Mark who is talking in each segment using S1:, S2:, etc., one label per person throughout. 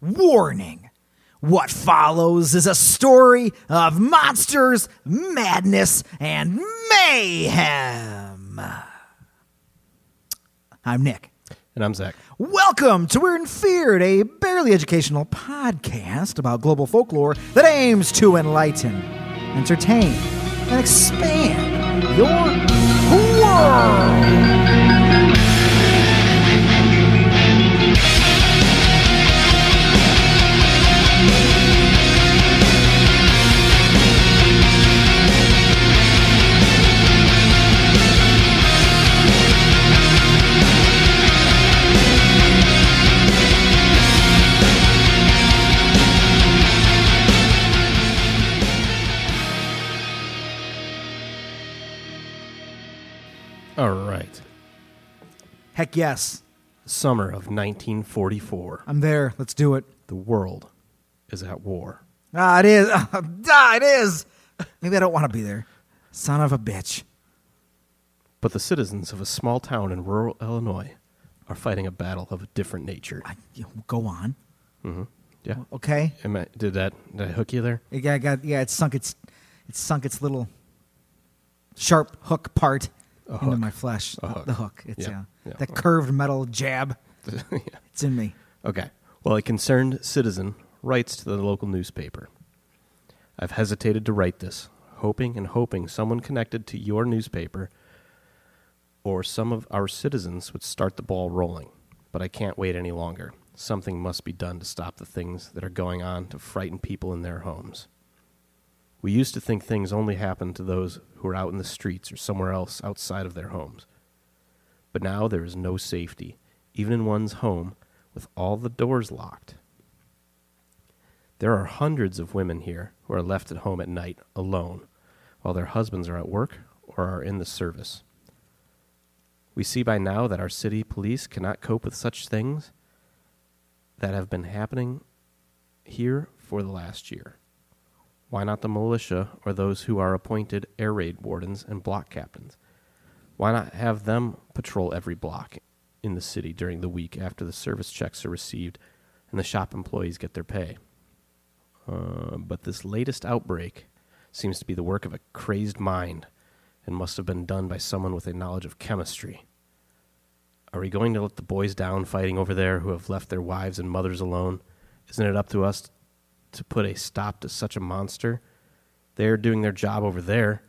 S1: Warning. What follows is a story of monsters, madness, and mayhem. I'm Nick.
S2: And I'm Zach.
S1: Welcome to We're in Feared, a barely educational podcast about global folklore that aims to enlighten, entertain, and expand your world.
S2: All right.
S1: Heck yes,
S2: Summer of 1944.
S1: I'm there. Let's do it.
S2: The world is at war.
S1: Ah, it is. ah, it is. Maybe I don't want to be there. Son of a bitch.
S2: But the citizens of a small town in rural Illinois are fighting a battle of a different nature.
S1: I, you know, go on.
S2: Yeah.
S1: Okay.
S2: Am I, did that did I hook you there?
S1: It got, got- yeah, it sunk its, it sunk its little sharp hook part
S2: A
S1: into
S2: hook.
S1: my flesh.
S2: A
S1: The-
S2: hook.
S1: The hook. It's
S2: Yeah.
S1: yeah.
S2: Yeah.
S1: That curved metal jab. It's in me.
S2: Okay. Well, a concerned citizen writes to the local newspaper. I've hesitated to write this, hoping and hoping someone connected to your newspaper or some of our citizens would start the ball rolling. But I can't wait any longer. Something must be done to stop the things that are going on to frighten people in their homes. We used to think things only happened to those who are out in the streets or somewhere else outside of their homes. But now there is no safety, even in one's home, with all the doors locked. There are hundreds of women here who are left at home at night alone while their husbands are at work or are in the service. We see by now that our city police cannot cope with such things that have been happening here for the last year. Why not the militia or those who are appointed air raid wardens and block captains? Why not have them patrol every block in the city during the week after the service checks are received and the shop employees get their pay? Uh, but this latest outbreak seems to be the work of a crazed mind and must have been done by someone with a knowledge of chemistry. Are we going to let the boys down fighting over there who have left their wives and mothers alone? Isn't it up to us to put a stop to such a monster? They are doing their job over there.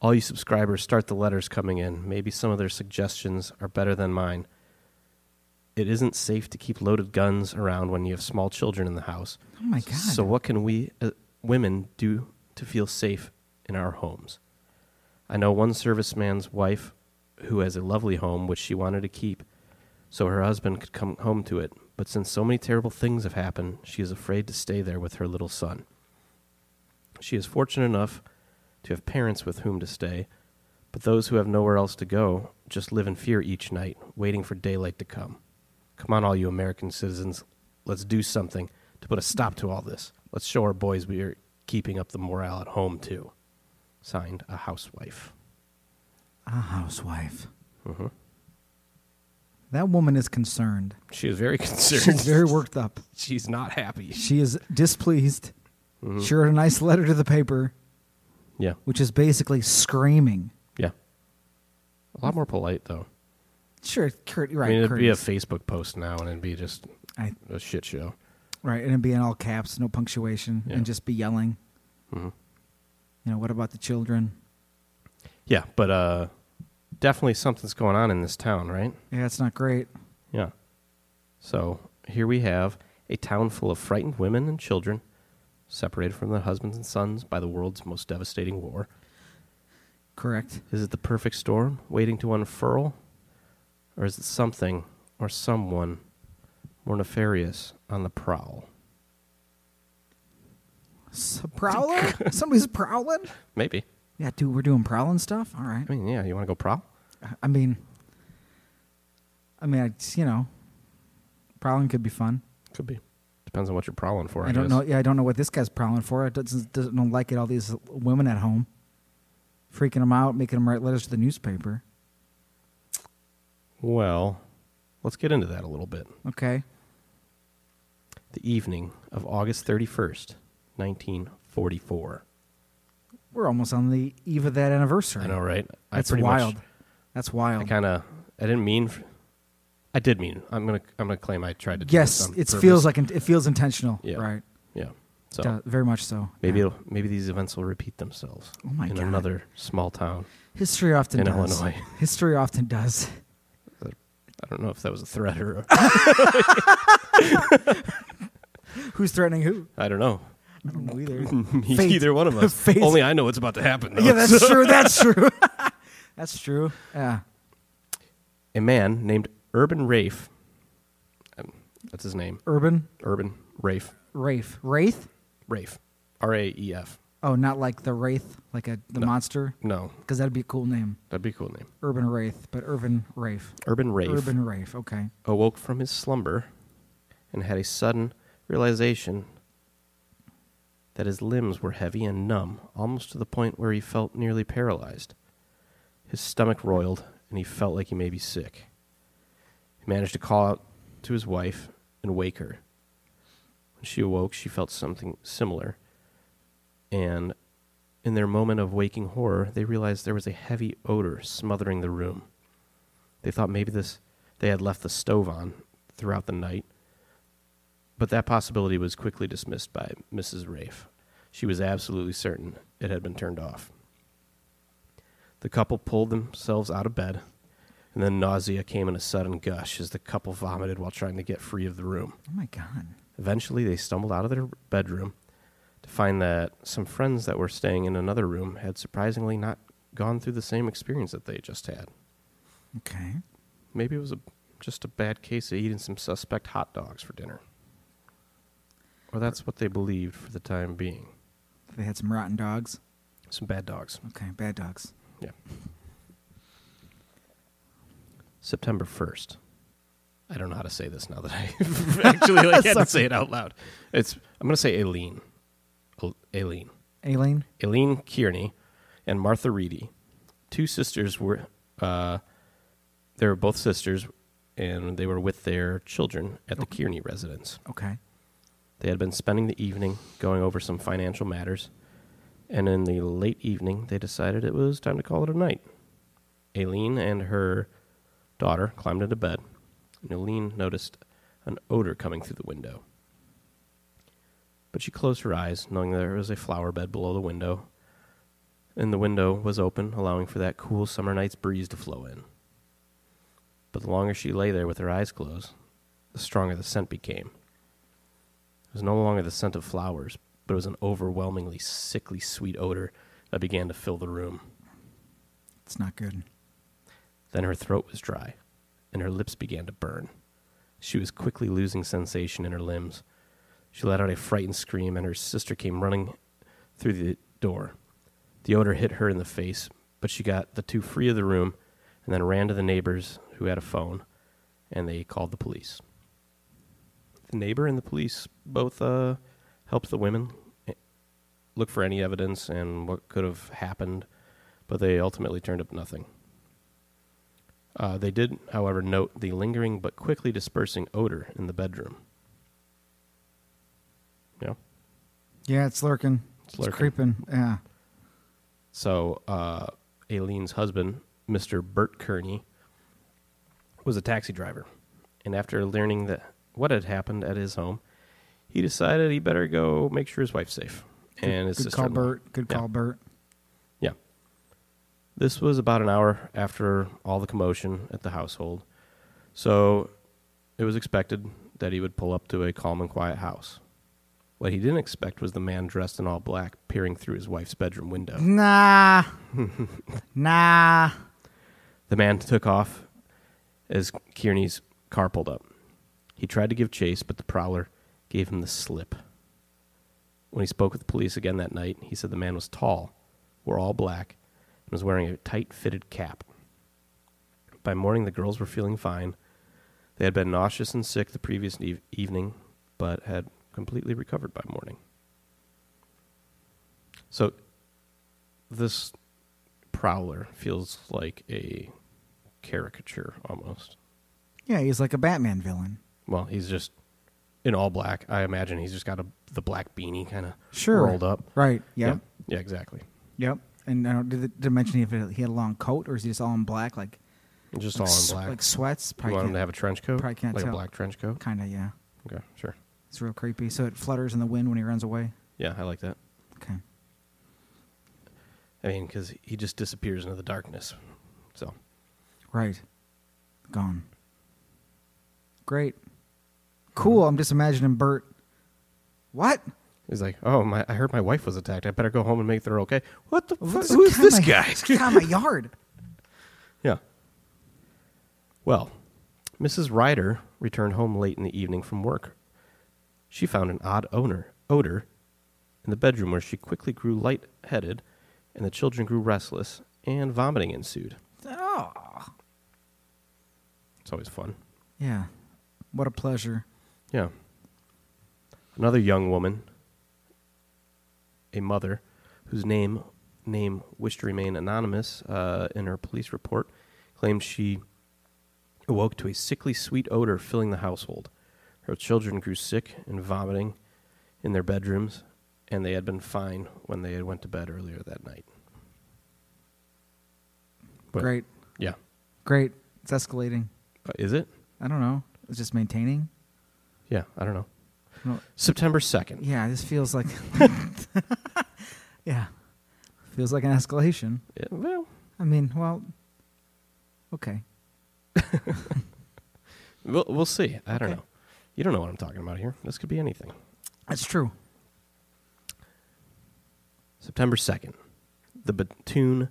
S2: All you subscribers, start the letters coming in. Maybe some of their suggestions are better than mine. It isn't safe to keep loaded guns around when you have small children in the house.
S1: Oh my God.
S2: So what can we uh, women do to feel safe in our homes? I know one serviceman's wife who has a lovely home which she wanted to keep so her husband could come home to it, but since so many terrible things have happened, she is afraid to stay there with her little son. She is fortunate enough to have parents with whom to stay, but those who have nowhere else to go just live in fear each night, waiting for daylight to come. Come on, all you American citizens, let's do something to put a stop to all this. Let's show our boys we are keeping up the morale at home, too. Signed, a housewife.
S1: A Ah, housewife.
S2: Mm-hmm.
S1: That woman is concerned.
S2: She is very concerned.
S1: She's very worked up.
S2: She's not happy.
S1: She is displeased.
S2: Mm-hmm.
S1: She wrote a nice letter to the paper,
S2: Yeah,
S1: which is basically screaming.
S2: yeah. A lot more polite, though.
S1: Sure, Kurt, you're
S2: I
S1: right.
S2: mean, it'd be a
S1: courteous.
S2: Facebook post now, and it'd be just
S1: I-
S2: a shit show.
S1: right, and it'd be in all caps, no punctuation,
S2: Yeah. Mm-hmm.
S1: and just be yelling. You know, what about the children?
S2: Yeah, but uh, definitely something's going on in this town, right?
S1: Yeah, that's not great.
S2: Yeah. So here we have a town full of frightened women and children, separated from their husbands and sons by the world's most devastating war.
S1: Correct.
S2: Is it the perfect storm waiting to unfurl? Or is it something or someone more nefarious on the prowl?
S1: S- prowler? Somebody's prowling?
S2: Maybe.
S1: Yeah, dude, we're doing prowling stuff? All right.
S2: I mean, yeah, you want to go prowl?
S1: I mean, I mean, I, you know, prowling could be fun.
S2: Could be. Depends on what you're prowling for. I,
S1: I don't
S2: guess.
S1: know. Yeah, I don't know what this guy's prowling for. I doesn't, doesn't don't like it. All these women at home, freaking them out, making them write letters to the newspaper.
S2: Well, let's get into that a little bit.
S1: Okay,
S2: the evening of August 31st, 1944.
S1: We're almost on the eve of that anniversary.
S2: I know, right?
S1: That's
S2: I pretty
S1: wild.
S2: Much,
S1: That's
S2: I
S1: wild.
S2: kind of, I didn't mean, f- I did mean. I'm gonna, I'm gonna claim I tried to. do this
S1: Yes,
S2: on
S1: it
S2: purpose.
S1: feels like it feels intentional.
S2: Yeah.
S1: Right.
S2: Yeah. So
S1: Duh, very much so.
S2: maybe,
S1: Yeah.
S2: it'll, maybe these events will repeat themselves
S1: Oh my
S2: in
S1: God.
S2: another small town.
S1: history often
S2: in
S1: does.
S2: Illinois.
S1: History often does.
S2: I don't know if that was a threat or a-
S1: Who's threatening who?
S2: I don't know.
S1: I don't know either. Fate.
S2: Either one of us.
S1: Fate.
S2: Only I know what's about to happen. though.
S1: yeah, that's true. That's true. that's true. Yeah.
S2: a man named Urban Rafe. um, That's his name.
S1: Urban
S2: Urban Rafe.
S1: Wraith. Wraith?
S2: Rafe. R A E F.
S1: Oh, not like the Wraith, like a the
S2: No.
S1: monster,
S2: No,
S1: because that'd be a cool name.
S2: that'd be a cool name.
S1: Urban Wraith, but Urban Wraith.
S2: Urban Rafe
S1: Urban Wraith. Okay.
S2: awoke from his slumber and had a sudden realization that his limbs were heavy and numb, almost to the point where he felt nearly paralyzed. His stomach roiled, and he felt like he may be sick. He managed to call out to his wife and wake her. When she awoke, she felt something similar. And in their moment of waking horror, they realized there was a heavy odor smothering the room. They thought maybe this they had left the stove on throughout the night. But that possibility was quickly dismissed by Mrs. Rafe. She was absolutely certain it had been turned off. The couple pulled themselves out of bed, and then nausea came in a sudden gush as the couple vomited while trying to get free of the room.
S1: Oh my god.
S2: Eventually, they stumbled out of their bedroom to find that some friends that were staying in another room had surprisingly not gone through the same experience that they just had.
S1: Okay.
S2: Maybe it was a, just a bad case of eating some suspect hot dogs for dinner. Or that's what they believed for the time being.
S1: They had some rotten dogs.
S2: Some bad dogs.
S1: Okay, bad dogs.
S2: Yeah. September 1st. I don't know how to say this now that I actually like, had to say it out loud. It's I'm going to say Aileen. Al- Aileen.
S1: Aileen?
S2: Aileen Kearney and Martha Reedy. Two sisters were, uh, they were both sisters, and they were with their children at the Kearney residence.
S1: Okay.
S2: They had been spending the evening going over some financial matters, and in the late evening, they decided it was time to call it a night. Aileen and her daughter climbed into bed, and Aileen noticed an odor coming through the window. But she closed her eyes, knowing there was a flower bed below the window, and the window was open, allowing for that cool summer night's breeze to flow in. But the longer she lay there with her eyes closed, the stronger the scent became. It was no longer the scent of flowers, but it was an overwhelmingly sickly sweet odor that began to fill the room.
S1: It's not good.
S2: Then her throat was dry, and her lips began to burn. She was quickly losing sensation in her limbs. She let out a frightened scream, and her sister came running through the door. The odor hit her in the face, but she got the two free of the room and then ran to the neighbors who had a phone, and they called the police. The neighbor and the police both uh, helped the women eh, look for any evidence and what could have happened, but they ultimately turned up nothing. Uh, they did, however, note the lingering but quickly dispersing odor in the bedroom. Yeah.
S1: Yeah, it's lurking.
S2: It's lurking.
S1: creeping. Yeah.
S2: So, uh, Aileen's husband, Mr. Bert Kearney, was a taxi driver. And after learning that what had happened at his home, he decided he better go make sure his wife's safe. and his
S1: Good
S2: sister
S1: call, Bert. Good call, Bert.
S2: Yeah. This was about an hour after all the commotion at the household, so it was expected that he would pull up to a calm and quiet house. What he didn't expect was the man dressed in all black peering through his wife's bedroom window.
S1: Nah. nah.
S2: The man took off as Kearney's car pulled up. He tried to give chase, but the prowler gave him the slip. When he spoke with the police again that night, he said the man was tall, wore all black, and was wearing a tight fitted cap. By morning, the girls were feeling fine. They had been nauseous and sick the previous eve- evening, but had completely recovered by morning. So, this prowler feels like a caricature almost.
S1: Yeah, he's like a Batman villain.
S2: Well, he's just in all black. I imagine he's just got a the black beanie kind of
S1: Sure.
S2: rolled up.
S1: Right. Yep.
S2: Yep. Yeah, exactly.
S1: Yep. And I don't did, it- did it mention if it, he had a long coat or is he just all in black, like
S2: Just
S1: like
S2: all in
S1: s-
S2: black.
S1: like sweats?
S2: you want him to have a trench coat?
S1: probably can't
S2: like
S1: tell.
S2: a black trench coat?
S1: kind of yeah.
S2: Okay, sure.
S1: It's real creepy. So it flutters in the wind when he runs away.
S2: Yeah, I like that.
S1: Okay.
S2: I mean, because he just disappears into the darkness. So,
S1: Right. Gone. Great. Cool.
S2: Mm-hmm.
S1: I'm just imagining Bert. What?
S2: He's like, "Oh, my! I heard my wife was attacked. I better go home and make her okay." What the? Fuck?
S1: What's
S2: Who is this guy?
S1: Out of my yard.
S2: yeah. Well, Mrs. Ryder returned home late in the evening from work. She found an odd owner, odor in the bedroom where she quickly grew lightheaded, and the children grew restless, and vomiting ensued.
S1: Oh.
S2: Ah. It's always fun.
S1: Yeah. What a pleasure.
S2: Yeah. Another young woman, a mother, whose name name wished to remain anonymous, uh, in her police report, claims she awoke to a sickly sweet odor filling the household. Her children grew sick and vomiting in their bedrooms, and they had been fine when they had went to bed earlier that night. But-
S1: Great.
S2: Yeah.
S1: Great. It's escalating.
S2: Uh, is it?
S1: I don't know. It's just maintaining.
S2: Yeah, I don't know.
S1: No,
S2: September 2nd.
S1: yeah, this feels like. yeah. Feels like an escalation.
S2: Yeah, Eh, well,
S1: I mean, well, okay.
S2: We'll, we'll see. I don't
S1: Okay.
S2: know. You don't know what I'm talking about here. This could be anything.
S1: That's true.
S2: September 2nd, the Batoon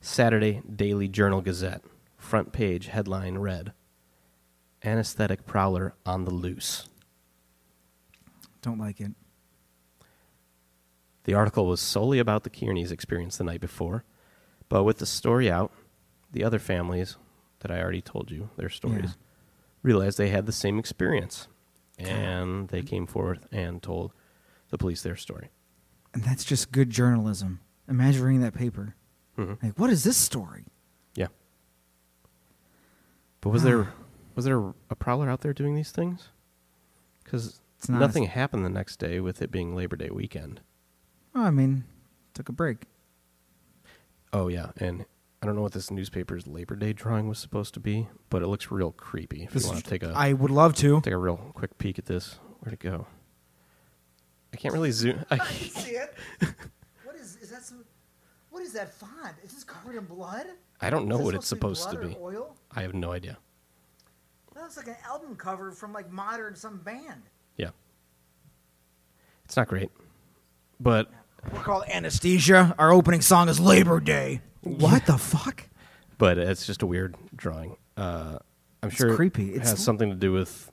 S2: Saturday Daily Journal Gazette, front page headline read Anesthetic Prowler on the Loose.
S1: Don't like it.
S2: The article was solely about the Kearney's experience the night before, but with the story out, the other families that I already told you their stories
S1: Yeah.
S2: realized they had the same experience. And
S1: Mm-hmm.
S2: they came forth and told the police their story.
S1: And that's just good journalism. Imagine reading that paper.
S2: hmm
S1: Like, what is this story?
S2: Yeah. But was there was there a prowler out there doing these things? Because
S1: It's not
S2: nothing happened the next day with it being Labor Day weekend.
S1: Oh, I mean, took a break.
S2: Oh yeah, and I don't know what this newspaper's Labor Day drawing was supposed to be, but it looks real creepy. If
S1: This
S2: you want
S1: is-
S2: to take a
S1: I would love to.
S2: take a real quick peek at this, where'd it go? I can't really zoom. I,
S1: see it. What is, is that some, what is that font? Is this covered in blood?
S2: I don't know
S1: Is this
S2: what it's supposed to
S1: blood
S2: be.
S1: or Oil?
S2: I have no idea.
S1: That looks like an album cover from like modern some band.
S2: Yeah, it's not great, but
S1: We're called Anesthesia. Our opening song is Labor Day. What the fuck?
S2: but it's just a weird drawing. Uh, I'm
S1: It's
S2: sure
S1: creepy.
S2: It
S1: It's-
S2: has something to do with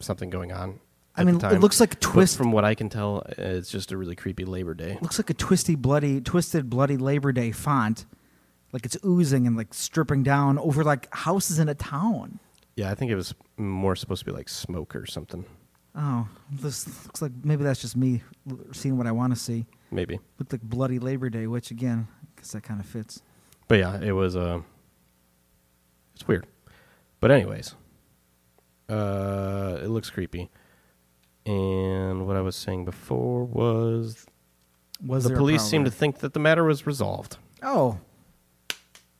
S2: something going on.
S1: I
S2: at
S1: mean,
S2: the
S1: it
S2: time.
S1: looks like a
S2: But
S1: twist-
S2: from what I can tell, it's just a really creepy Labor Day.
S1: Looks like a twisty, bloody, twisted, bloody Labor Day font. Like it's oozing and like stripping down over like houses in a town.
S2: Yeah, I think it was more supposed to be like smoke or something.
S1: Oh, this looks like maybe that's just me l- seeing what I want to see.
S2: Maybe,
S1: Looked like bloody Labor Day, which again, I guess that kind of fits.
S2: but yeah, it was. Uh, it's weird, but anyways, uh, it looks creepy. And what I was saying before was
S1: Was
S2: the
S1: there a
S2: police seemed to
S1: prowler?
S2: think that the matter was resolved.
S1: oh,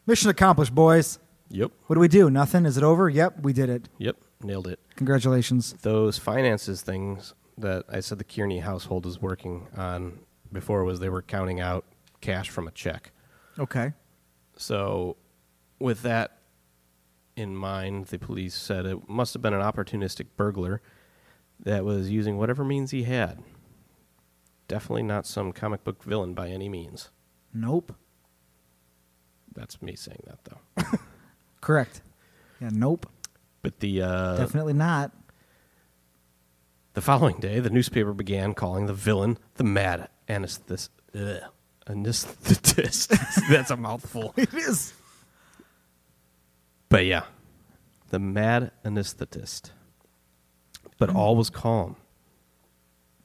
S1: mission accomplished, boys.
S2: Yep.
S1: What do we do? Nothing. Is it over? Yep, we did it.
S2: Yep. Nailed it.
S1: Congratulations.
S2: those finances things that I said the Kearney household was working on before was they were counting out cash from a check.
S1: Okay.
S2: So, with that in mind, the police said it must have been an opportunistic burglar that was using whatever means he had. Definitely not some comic book villain by any means.
S1: Nope.
S2: That's me saying that though.
S1: Correct. Yeah. Nope.
S2: But the uh,
S1: Definitely not.
S2: the following day, the newspaper began calling the villain the Mad Anesthetist. Ugh, anesthetist. That's a mouthful.
S1: It is.
S2: But yeah, the mad anesthetist. But all was calm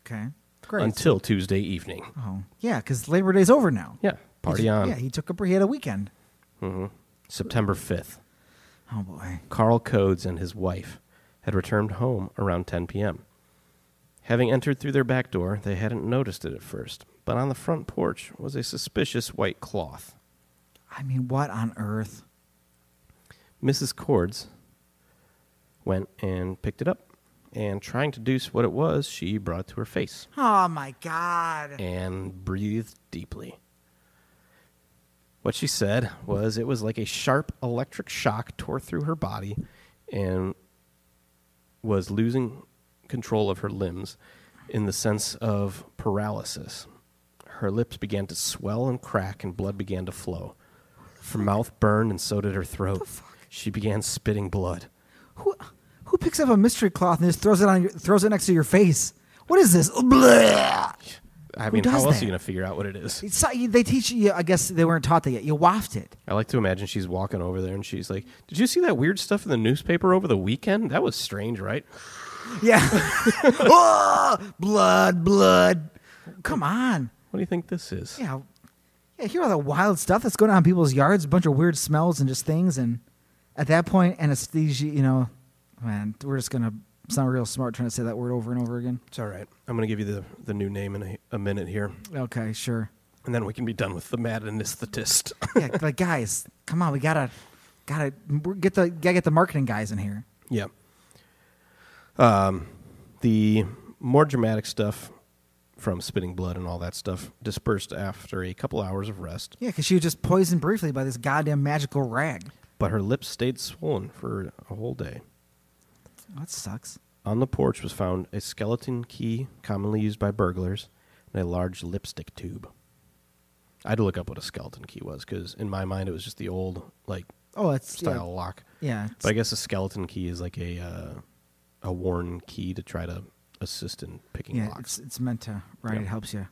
S1: Okay. Great.
S2: until Tuesday evening.
S1: oh, yeah, because Labor Day's over now.
S2: Yeah,
S1: He
S2: party
S1: ju-
S2: on.
S1: Yeah, he took a he had a weekend.
S2: September 5th.
S1: Oh boy.
S2: Carl Codes and his wife had returned home around 10 p.m. Having entered through their back door, they hadn't noticed it at first, but on the front porch was a suspicious white cloth.
S1: I mean, what on earth?
S2: Mrs. Cords went and picked it up, and trying to deduce what it was, she brought it to her face
S1: Oh my God.
S2: and breathed deeply. What she said was it was like a sharp electric shock tore through her body and was losing control of her limbs in the sense of paralysis. Her lips began to swell and crack, and blood began to flow. Her mouth burned, and so did her throat. She began spitting blood.
S1: Who, who picks up a mystery cloth and just throws it on your, throws it next to your face? What is this? Blah!
S2: I
S1: Who
S2: mean, how
S1: does
S2: else are
S1: that?
S2: you going to figure out what it is?
S1: It's, they teach you. I guess they weren't taught that yet. You waft it.
S2: I like to imagine she's walking over there and she's like, Did you see that weird stuff in the newspaper over the weekend? That was strange, right?
S1: Yeah. oh, blood, blood. Come on.
S2: What do you think this is?
S1: Yeah. Yeah, hear all that wild stuff that's going on in people's yards, a bunch of weird smells and just things. And at that point, anesthesia, you know, man, we're just going to sound real smart trying to say that word over and over again.
S2: It's all right. I'm going to give you the, the new name in a, a minute here,
S1: Okay, sure.
S2: and then we can be done with the mad anesthetist.
S1: Yeah, but guys, come on, we gotta, gotta we're- get the gotta get the marketing guys in here.
S2: yeah. Um, the more dramatic stuff from spitting blood and all that stuff dispersed after a couple hours of rest,
S1: Yeah, because she was just poisoned briefly by this goddamn magical rag.
S2: but her lips stayed swollen for a whole day.
S1: That sucks.
S2: On the porch was found a skeleton key commonly used by burglars and a large lipstick tube. I had to look up what a skeleton key was because in my mind it was just the old like
S1: Oh, it's
S2: style lock.
S1: Yeah, yeah it's-
S2: But I guess a skeleton key is like a uh, a worn key to try to assist in picking
S1: yeah,
S2: locks.
S1: it's it's meant to right.
S2: Yeah.
S1: It helps you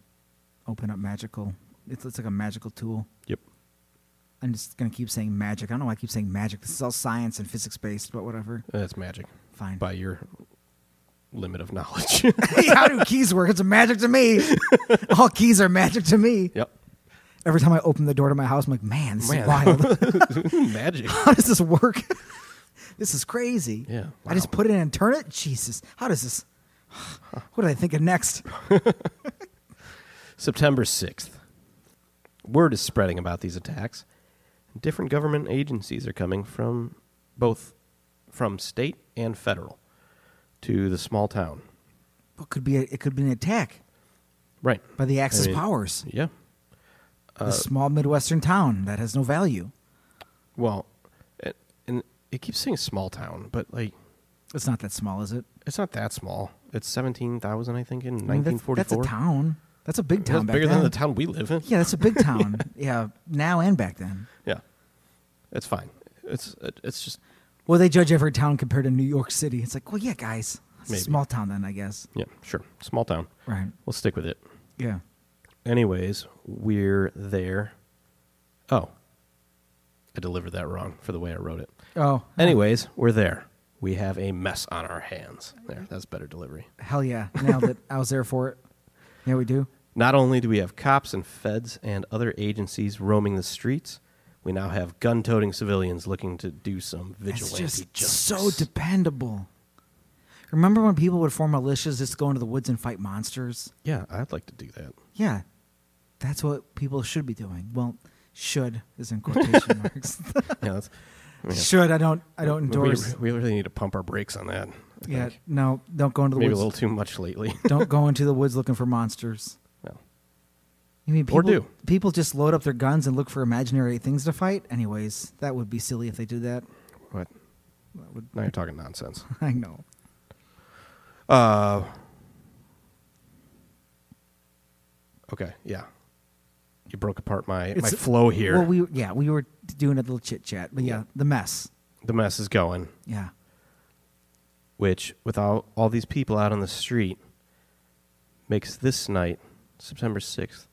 S1: open up magical. It's it's like a magical tool.
S2: Yep.
S1: I'm just gonna keep saying magic. I don't know why I keep saying magic. This is all science and physics based, but whatever.
S2: That's magic.
S1: Fine.
S2: By your limit of knowledge.
S1: hey, how do keys work? It's magic to me. all keys are magic to me.
S2: yep.
S1: Every time I open the door to my house, I'm like, man, this
S2: Man.
S1: is wild.
S2: magic.
S1: how does this work? this is crazy.
S2: Yeah,
S1: I just put it in and turn it. Jesus. How does this? What are they thinking next?
S2: September 6th. Word is spreading about these attacks. Different government agencies are coming from both from state and federal to the small town.
S1: What could be? A, it could be an attack
S2: Right.
S1: by the Axis
S2: mean- uh,
S1: powers.
S2: Yeah.
S1: a small midwestern town that has no value.
S2: Well, it, and it keeps saying small town, but like
S1: It's not that small, is it?
S2: it's not that small. It's 17,000 I think in
S1: I mean, that's-
S2: 1944.
S1: That's a town. That's a big
S2: That's
S1: town. back
S2: bigger
S1: then.
S2: than the town we live in.
S1: Yeah, that's a big town. yeah. now and back then.
S2: Yeah. It's fine. It's it, it's just
S1: Well, they judge every town compared to New York City. It's like, well, yeah, guys, it's
S2: Maybe.
S1: a small town then, I guess.
S2: yeah, sure. Small town.
S1: Right.
S2: We'll stick with it.
S1: Yeah.
S2: Anyways, we're there. Oh, I delivered that wrong for the way I wrote it.
S1: Oh,
S2: Anyways, we're there. We have a mess on our hands. There, that's better delivery.
S1: hell yeah! Now that I was there for it. Yeah, we do.
S2: Not only do we have cops and feds and other agencies roaming the streets, we now have gun toting civilians looking to do some vigilante
S1: it's just
S2: justice.
S1: so dependable. Remember when people would form militias just go into the woods and fight monsters?
S2: yeah, I'd like to do that.
S1: Yeah, that's what people should be doing. Well, should is in quotation marks.
S2: Yeah, that's, yeah.
S1: Should I don't I don't
S2: we,
S1: endorse.
S2: we really need to pump our brakes on that. I
S1: yeah,
S2: think.
S1: no, don't go into the
S2: maybe a
S1: woods.
S2: little too much lately.
S1: don't go into the woods looking for monsters.
S2: well,
S1: You mean people,
S2: Or do.
S1: people just load up their guns and look for imaginary things to fight? Anyways, that would be silly if they did that.
S2: what?
S1: That would,
S2: Now you're talking nonsense.
S1: I know.
S2: Uh. Okay. Yeah. You broke apart my my
S1: It's-
S2: flow here.
S1: Well, we yeah we were doing a little chit chat, but yeah,
S2: Yeah.
S1: the mess.
S2: the mess is going.
S1: Yeah.
S2: Which, with all, all these people out on the street, makes this night, September sixth,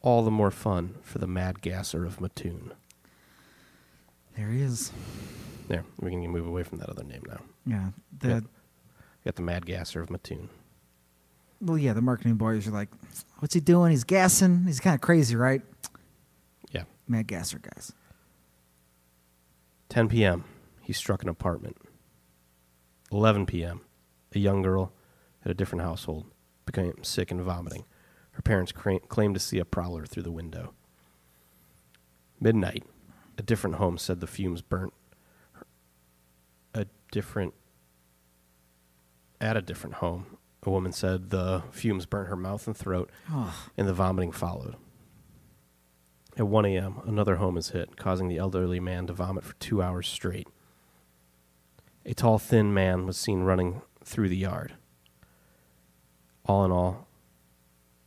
S2: all the more fun for the mad gasser of Mattoon.
S1: There he is.
S2: There, we can move away from that other name now.
S1: Yeah. The
S2: Yeah. Got the mad gasser of Mattoon.
S1: well, yeah, the marketing boys are like, "What's he doing? He's gassing. He's kind of crazy, right?"
S2: Yeah.
S1: Mad gasser guys.
S2: 10 p.m., he struck an apartment. 11 p.m., a young girl at a different household became sick and vomiting. Her parents cra- claimed to see a prowler through the window. Midnight. A different home said the fumes burnt. A different. At a different home, a woman said the fumes burnt her mouth and throat,
S1: Oh,
S2: and the vomiting followed. At 1 a.m., another home is hit, causing the elderly man to vomit for two hours straight. A tall, thin man was seen running through the yard. All in all,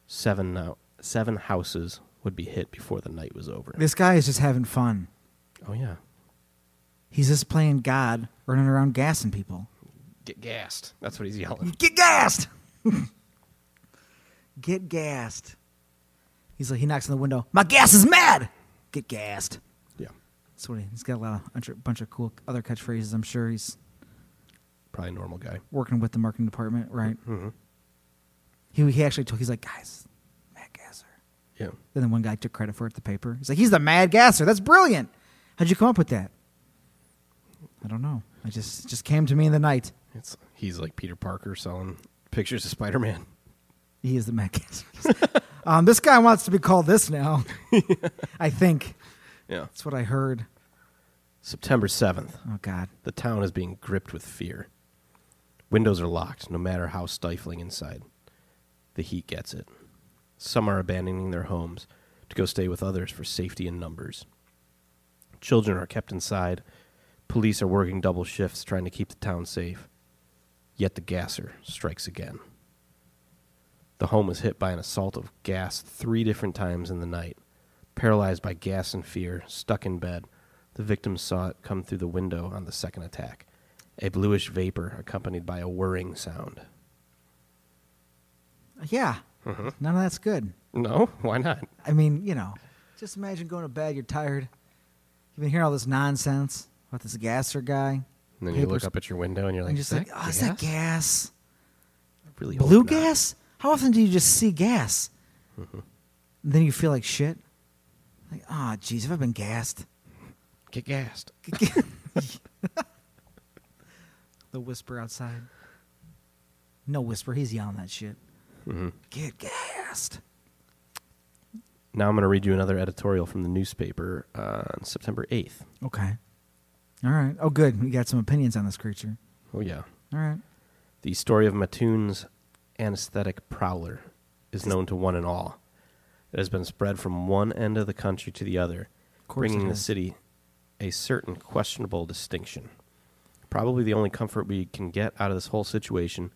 S2: seven, now, seven houses would be hit before the night was over.
S1: this guy is just having fun.
S2: oh, yeah.
S1: He's just playing God, running around gassing people.
S2: Get gassed. That's what he's yelling.
S1: Get gassed. Get gassed. He's like he knocks on the window. My gas is mad. Get gassed.
S2: yeah.
S1: That's what he, he's got a lot of, a bunch of cool other catchphrases. I'm sure he's
S2: Probably a normal guy.
S1: working with the marketing department, right?
S2: Mm-hmm.
S1: He he actually took. He's like, guys, mad gasser.
S2: Yeah.
S1: Then the one guy took credit for it at the paper. He's like, he's the mad gasser. That's brilliant. How'd you come up with that? I don't know. I just it just came to me in the night.
S2: It's, he's like Peter Parker selling pictures of Spider Man.
S1: He is the mad gasser. um, this guy wants to be called this now. I think
S2: Yeah.
S1: that's what I heard.
S2: September 7th.
S1: Oh God.
S2: The town is being gripped with fear. Windows are locked, no matter how stifling inside. The heat gets it. Some are abandoning their homes to go stay with others for safety in numbers. Children are kept inside. Police are working double shifts trying to keep the town safe. Yet the gasser strikes again. The home was hit by an assault of gas three different times in the night. Paralyzed by gas and fear, stuck in bed, the victim saw it come through the window on the second attack. A bluish vapor accompanied by a whirring sound.
S1: Yeah.
S2: Mm-hmm.
S1: None of that's good.
S2: No, why not?
S1: I mean, you know, just imagine going to bed. You're tired. You've been hearing all this nonsense about this gasser guy.
S2: And then you look
S1: Papers-
S2: up at your window and you're like,
S1: and just
S2: "Is
S1: like,
S2: that
S1: oh, is that gas?
S2: I really hope
S1: Blue
S2: not."
S1: gas? How often do you just see gas?
S2: Mm-hmm.
S1: And then you feel like shit. Like, oh, jeez, have I been gassed?
S2: Get gassed.
S1: The whisper outside. No whisper. He's yelling that shit.
S2: Mm-hmm.
S1: Get gassed.
S2: Now I'm going to read you another editorial from the newspaper uh, on September 8th.
S1: Okay. All right. Oh, good. We got some opinions on this creature.
S2: Oh, yeah.
S1: All right.
S2: The story of Mattoon's anesthetic prowler is known to one and all. It has been spread from one end of the country to the other,
S1: Of course
S2: bringing
S1: it
S2: the
S1: has.
S2: city a certain questionable distinction. Probably the only comfort we can get out of this whole situation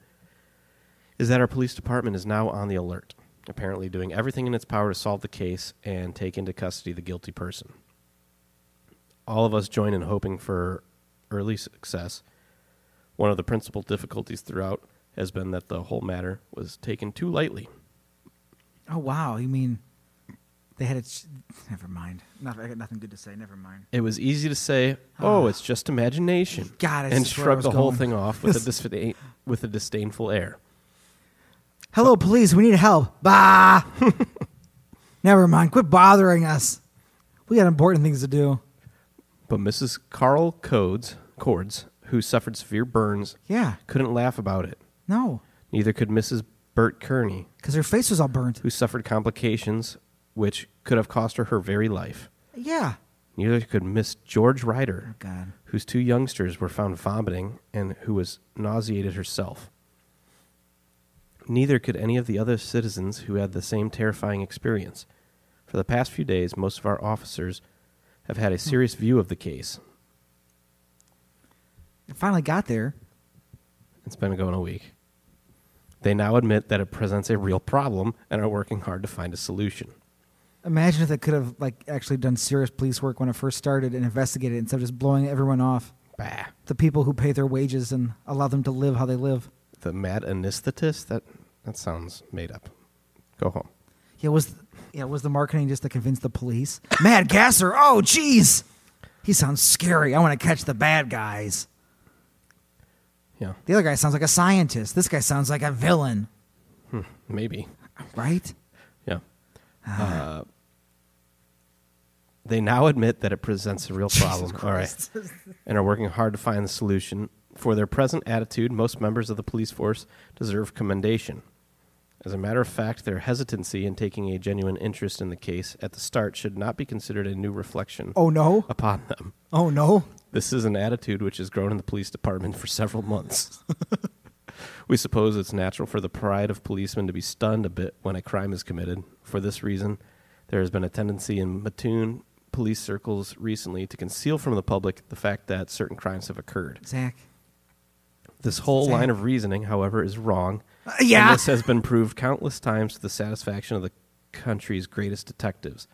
S2: is that our police department is now on the alert, apparently doing everything in its power to solve the case and take into custody the guilty person. All of us join in hoping for early success. One of the principal difficulties throughout has been that the whole matter was taken too lightly.
S1: Oh, wow. You mean they had a. Ch- Never mind. Not, I got nothing good to say. Never mind.
S2: It was easy to say, "Oh, it's just imagination,"
S1: Ah. God, I
S2: and
S1: swear I
S2: shrug
S1: was
S2: the whole
S1: going-
S2: thing off with a, disf- with a disdainful air.
S1: Hello, police. We need help. Bah. Never mind. Quit bothering us. We got important things to do.
S2: But Mrs. Carl Codes, Cords, who suffered severe burns,
S1: Yeah.
S2: couldn't laugh about it.
S1: No.
S2: Neither could Mrs. Bert Kearney,
S1: Because her face was all burnt.
S2: who suffered complications which could have cost her her very life.
S1: Yeah.
S2: Neither could Miss George Ryder,
S1: Oh, God.
S2: whose two youngsters were found vomiting and who was nauseated herself. Neither could any of the other citizens who had the same terrifying experience. For the past few days, most of our officers have had a serious view of the case.
S1: It finally got there.
S2: It's been going a week. They now admit that it presents a real problem and are working hard to find a solution.
S1: Imagine if they could have like actually done serious police work when it first started and investigated it instead of just blowing everyone off.
S2: Bah.
S1: The people who pay their wages and allow them to live how they live.
S2: The mad anesthetist? That, that sounds made up. Go home.
S1: Yeah, was yeah, was the marketing just to convince the police? Mad Gasser. Oh, jeez. He sounds scary. I want to catch the bad guys.
S2: Yeah,
S1: The other guy sounds like a scientist. This guy sounds like a villain,
S2: maybe.
S1: right?
S2: Yeah. Uh, they now admit that it presents a real problem. All right. And are working hard to find the solution. For their present attitude, most members of the police force deserve commendation. As a matter of fact, their hesitancy in taking a genuine interest in the case at the start should not be considered a new reflection
S1: Oh no!
S2: upon them.
S1: Oh no!
S2: This is an attitude which has grown in the police department for several months. we suppose it's natural for the pride of policemen to be stunned a bit when a crime is committed. For this reason, there has been a tendency in Mattoon police circles recently to conceal from the public the fact that certain crimes have occurred.
S1: Zach.
S2: This whole
S1: Zach.
S2: line of reasoning, however, is wrong.
S1: Uh,
S2: and
S1: yeah.
S2: this has been proved countless times to the satisfaction of the country's greatest detectives.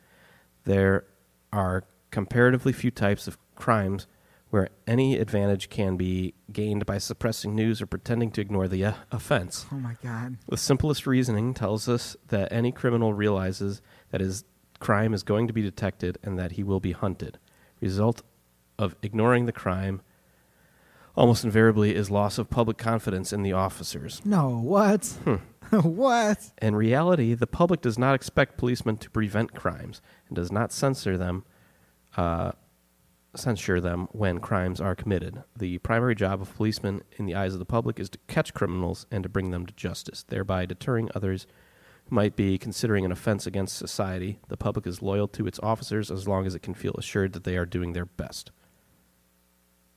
S2: There are comparatively few types of crimes where any advantage can be gained by suppressing news or pretending to ignore the uh, offense.
S1: Oh my god.
S2: The simplest reasoning tells us that any criminal realizes that his crime is going to be detected and that he will be hunted. Result of ignoring the crime almost invariably is loss of public confidence in the officers.
S1: No. What?
S2: Hmm.
S1: what?
S2: In reality, the public does not expect policemen to prevent crimes and does not censor them, uh, censure them when crimes are committed. The primary job of policemen in the eyes of the public is to catch criminals and to bring them to justice, thereby deterring others who might be considering an offense against society. The public is loyal to its officers as long as it can feel assured that they are doing their best.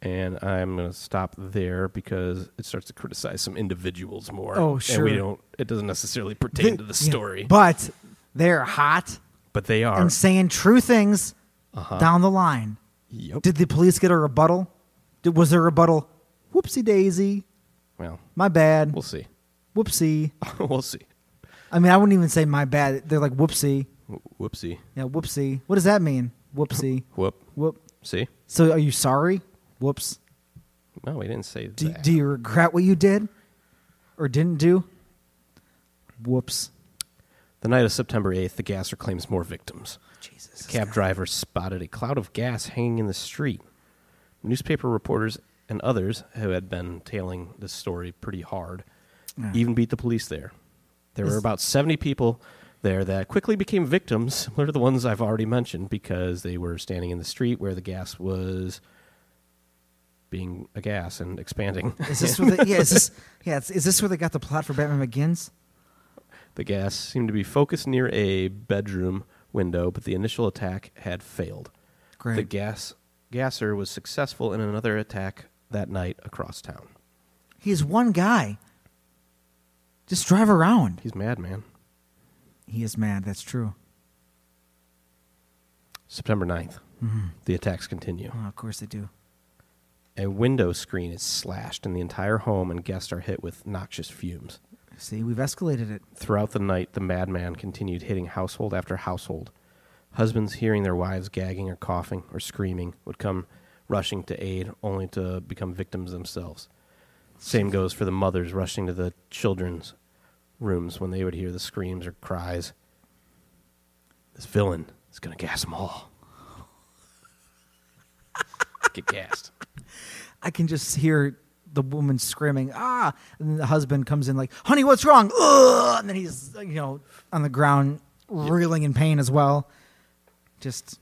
S2: And I'm going to stop there because it starts to criticize some individuals more.
S1: Oh,
S2: And
S1: sure.
S2: we don't. It doesn't necessarily pertain to the
S1: Yeah,
S2: story, but,
S1: But they're hot
S2: they are.
S1: and saying true things
S2: Uh-huh.
S1: down the line.
S2: Yep.
S1: Did the police get a rebuttal? Did, was there a rebuttal? Whoopsie daisy.
S2: well,
S1: My bad.
S2: we'll see.
S1: Whoopsie.
S2: we'll see.
S1: I mean, I wouldn't even say my bad. They're like whoopsie.
S2: Wh- Whoopsie.
S1: Yeah, whoopsie. What does that mean? Whoopsie.
S2: Whoop.
S1: Whoop.
S2: See?
S1: So are you sorry? Whoops.
S2: No, we didn't say
S1: Do,
S2: that.
S1: do you regret what you did or didn't do? Whoops.
S2: the night of September 8th, the gasser claims more victims.
S1: Jesus.
S2: The cab driver spotted a cloud of gas hanging in the street. Newspaper reporters and others who had been tailing this story pretty hard
S1: Yeah.
S2: even beat the police there. There were about 70 people there that quickly became victims, similar to the ones I've already mentioned, because they were standing in the street where the gas was being a gas and expanding.
S1: Is this where they, yeah, is this yeah, it's, is this where they got the plot for Batman Begins?
S2: The gas seemed to be focused near a bedroom window, but the initial attack had failed.
S1: Great.
S2: The gas gasser was successful in another attack that night across town.
S1: He's one guy. Just drive around.
S2: He's mad, man.
S1: He is mad, that's true.
S2: September 9th. The attacks continue.
S1: Oh, of course they do.
S2: A window screen is slashed in the entire home, and guests are hit with noxious fumes.
S1: See, we've escalated it.
S2: Throughout the night, the madman continued hitting household after household. Husbands, hearing their wives gagging or coughing or screaming, would come rushing to aid, only to become victims themselves. Same goes for the mothers rushing to the children's rooms when they would hear the screams or cries. This villain is going to gas them all. Get gassed.
S1: I can just hear the woman screaming, ah! And then the husband comes in like, honey, what's wrong? Ugh! And then he's, you know, on the ground, reeling in pain as well. Just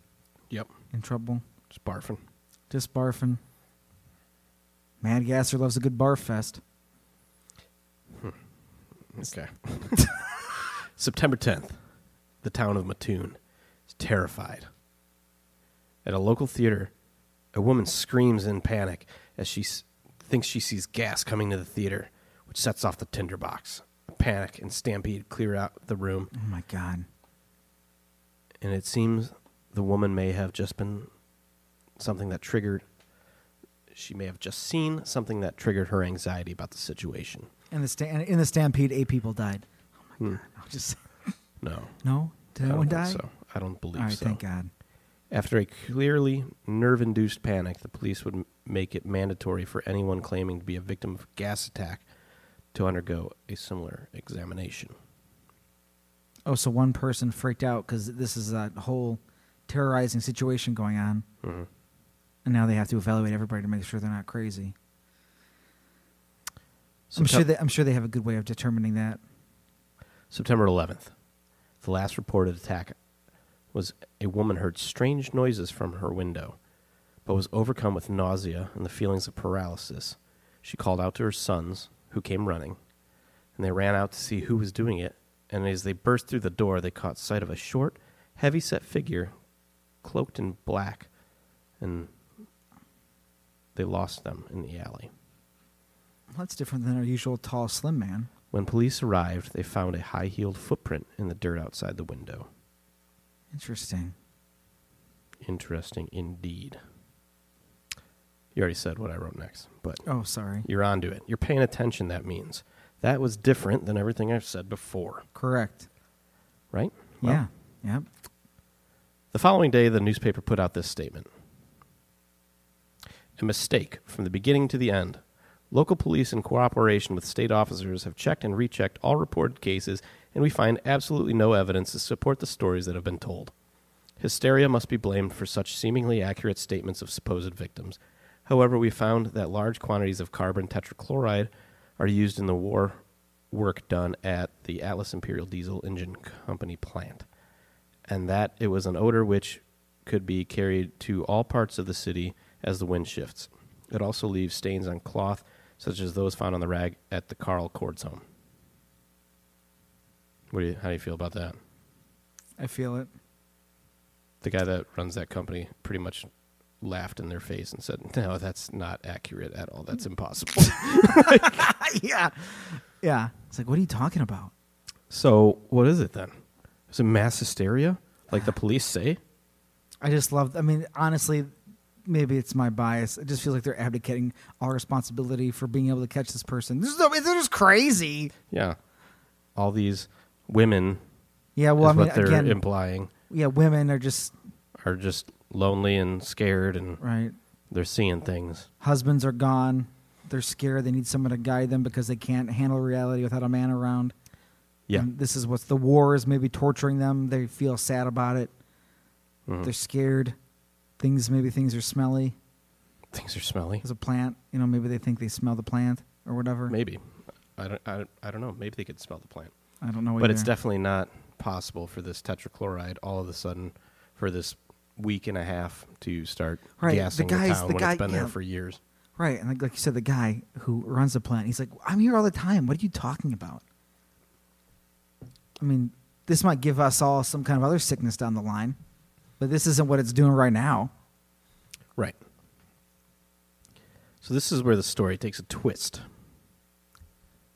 S2: Yep.
S1: in trouble.
S2: Just barfing.
S1: Just barfing. Mad Gasser loves a good barf fest.
S2: Okay. September 10th, the town of Mattoon is terrified. At a local theater, a woman screams in panic as she s- thinks she sees gas coming to the theater, which sets off the tinderbox. Panic and stampede clear out the room,
S1: Oh my God.
S2: and it seems the woman may have just been something that triggered. She may have just seen something that triggered her anxiety about the situation. Hmm.
S1: In the, sta- in the stampede, eight people died. Oh my God. I'll just,
S2: No,
S1: no? Did
S2: I don't
S1: anyone
S2: think
S1: die?
S2: So I don't believe
S1: All right,
S2: so.
S1: thank God.
S2: After a clearly nerve induced panic, the police would m- make it mandatory for anyone claiming to be a victim of a gas attack to undergo a similar examination.
S1: Oh, so one person freaked out because this is that whole terrorizing situation going on.
S2: Mm-hmm.
S1: And now they have to evaluate everybody to make sure they're not crazy. I'm
S2: Septem-
S1: sure they, I'm sure they have a good way of determining that.
S2: September 11th. The last reported attack was a woman heard strange noises from her window, but was overcome with nausea and the feelings of paralysis. She called out to her sons, who came running. and they ran out to see who was doing it. And as they burst through the door, they caught sight of a short, heavy set figure cloaked in black, and they lost them in the alley.
S1: Well, that's different than our usual tall, slim man.
S2: When police arrived, they found a high heeled footprint in the dirt outside the window.
S1: Interesting.
S2: Interesting indeed. You already said what I wrote next, but
S1: Oh, sorry.
S2: you're onto it. You're paying attention, that means. That was different than everything I've said before,
S1: Correct.
S2: right?
S1: yeah. Yep.
S2: The following day, the newspaper put out this statement A mistake from the beginning to the end. Local police, in cooperation with state officers, have checked and rechecked all reported cases, and we find absolutely no evidence to support the stories that have been told. Hysteria must be blamed for such seemingly accurate statements of supposed victims. However, we found that large quantities of carbon tetrachloride are used in the war work done at the Atlas Imperial Diesel Engine Company plant and that it was an odor which could be carried to all parts of the city as the wind shifts. It also leaves stains on cloth, such as those found on the rag at the Carl Cords home. What do you, how do you feel about that?
S1: I feel it.
S2: The guy that runs that company pretty much laughed in their face and said, "No, that's not accurate at all. That's impossible."
S1: yeah. Yeah. It's like, what are you talking about?
S2: so, what is it then? Is it mass hysteria, like the police say?
S1: I just love. I mean, honestly, maybe it's my bias. It just feels like they're abdicating all responsibility for being able to catch this person. This is no, this is crazy.
S2: Yeah, all these women
S1: Yeah. Well, I
S2: is
S1: mean,
S2: what they're
S1: again,
S2: implying.
S1: yeah, women are just
S2: are just lonely and scared and
S1: right.
S2: they're seeing things.
S1: Husbands are gone. They're scared. They need someone to guide them because they can't handle reality without a man around.
S2: Yeah.
S1: And this is what's the war is maybe torturing them. They feel sad about it.
S2: Mhm.
S1: They're scared. Things maybe things are smelly.
S2: Things are smelly.
S1: There's a plant. You know, maybe they think they smell the plant or whatever.
S2: Maybe. I don't, I, I don't know. Maybe they could smell the plant.
S1: I don't know.
S2: But it's
S1: either.
S2: definitely not possible for this tetrachloride all of a sudden for this week and a half to start
S1: Right, the
S2: gassing the,
S1: guys-
S2: town
S1: the
S2: when
S1: guy-
S2: it's been
S1: yeah.
S2: there for years.
S1: Right, and like, like you said, the guy who runs the plant, he's like, "I'm here all the time. What are you talking about?" I mean, this might give us all some kind of other sickness down the line, but this isn't what it's doing right now.
S2: Right. So this is where the story takes a twist.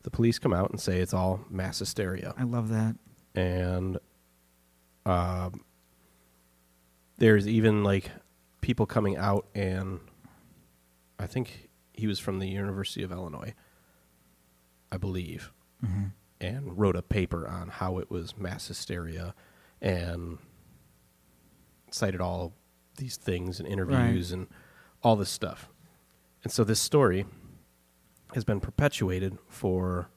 S2: The police come out and say it's all mass hysteria.
S1: I love that.
S2: and um, there's even like people coming out and i think he was from the university of illinois i believe and wrote a paper on how it was mass hysteria and cited all these things and interviews and all this stuff and so this story has been perpetuated for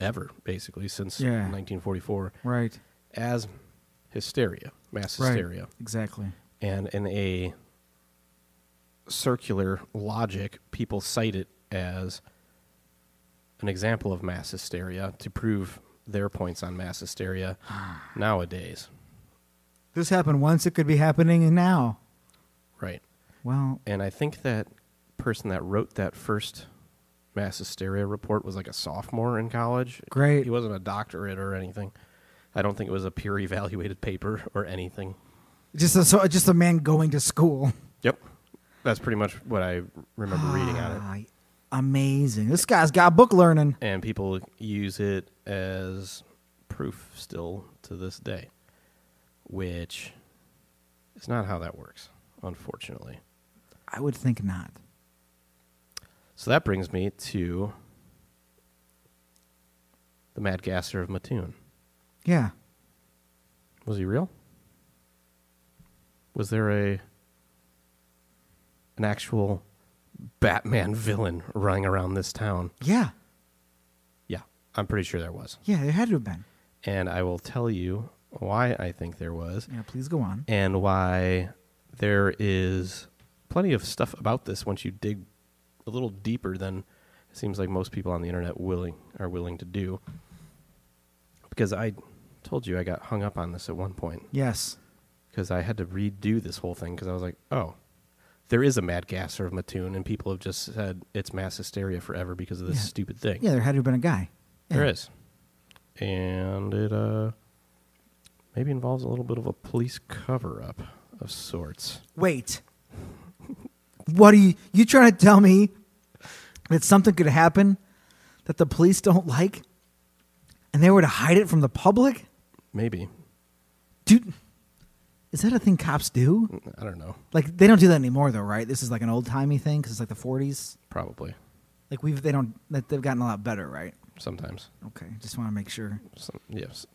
S2: ever basically since
S1: Yeah.
S2: 1944
S1: Right,
S2: as hysteria, mass hysteria.
S1: exactly.
S2: And in a circular logic, people cite it as an example of mass hysteria to prove their points on mass hysteria nowadays.
S1: This happened once; it could be happening now.
S2: Right.
S1: Well,
S2: And I think that person that wrote that first mass hysteria report was like a sophomore in college.
S1: Great.
S2: He wasn't a doctorate or anything. I don't think it was a peer evaluated paper or anything.
S1: just a, so just a man going to school.
S2: Yep. That's pretty much what I remember reading on it.
S1: Ah, Amazing! This guy's got book learning.
S2: And people use it as proof still to this day, which is not how that works, unfortunately.
S1: I would think not.
S2: So that brings me to the Mad Gasser of Mattoon.
S1: Yeah,
S2: Was he real? Was there a an actual Batman villain running around this town?
S1: yeah,
S2: Yeah, I'm pretty sure there was.
S1: yeah. It had to have been.
S2: and I will tell you why I think there was
S1: Yeah, please go on.
S2: and why there is plenty of stuff about this once you dig a little deeper than it seems like most people on the internet willing are willing to do. Because I told you I got hung up on this at one point
S1: Yes.
S2: because I had to redo this whole thing because I was like, oh, there is a mad gasser of Mattoon, and people have just said it's mass hysteria forever because of this
S1: Yeah.
S2: stupid thing.
S1: Yeah, there had to have been a guy. Yeah.
S2: There is. And it uh, maybe involves a little bit of a police cover up of sorts.
S1: Wait. What are you you trying to tell me that something could happen that the police don't like and they were to hide it from the public?
S2: Maybe.
S1: Dude, is that a thing cops do?
S2: I don't know.
S1: Like they don't do that anymore though, right? This is like an old-timey thing cuz it's like the 40s.
S2: Probably.
S1: Like we've they don't that they've gotten a lot better, right?
S2: Sometimes.
S1: Okay, just want to make sure
S2: Some, yes,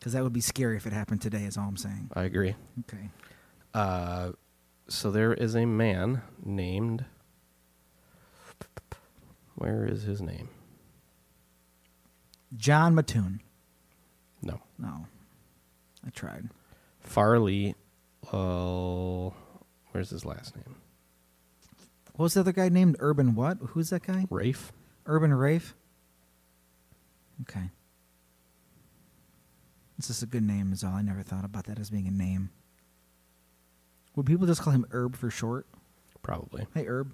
S1: cuz that would be scary if it happened today is all I'm saying.
S2: I agree.
S1: Okay.
S2: Uh, so there is a man named. Where is his name?
S1: John Mattoon.
S2: No.
S1: No. I tried.
S2: Farley. Uh, where's his last name?
S1: What was the other guy named Urban what? Who's that guy?
S2: Rafe?
S1: Urban Rafe. Okay. It's just a good name is all. I never thought about that as being a name. Would people just call him Herb for short?
S2: Probably.
S1: Hey Herb.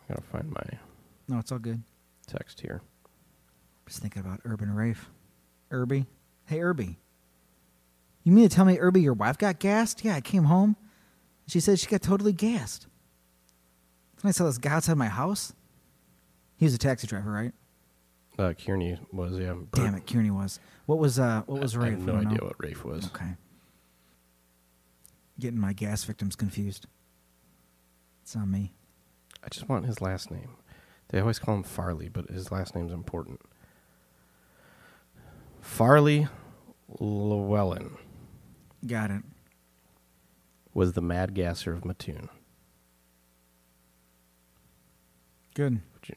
S2: I gotta find my
S1: No, it's all good.
S2: text here.
S1: Just thinking about Urban Rafe. Irby. Hey Irby. You mean to tell me Irby your wife got gassed? Yeah, I came home. She said she got totally gassed. Then I saw this guy outside my house. He was a taxi driver, right?
S2: Uh, Kearney was, yeah. but
S1: Damn it, Kearney was. What was uh what was
S2: I,
S1: Rafe?
S2: I have no
S1: don't
S2: idea
S1: know.
S2: what Rafe was.
S1: Okay. Getting my gas victims confused. It's on me.
S2: I just want his last name. They always call him Farley, but his last name's important. Farley Llewellyn
S1: Got it.
S2: was the mad gasser of Mattoon.
S1: Good.
S2: Would you-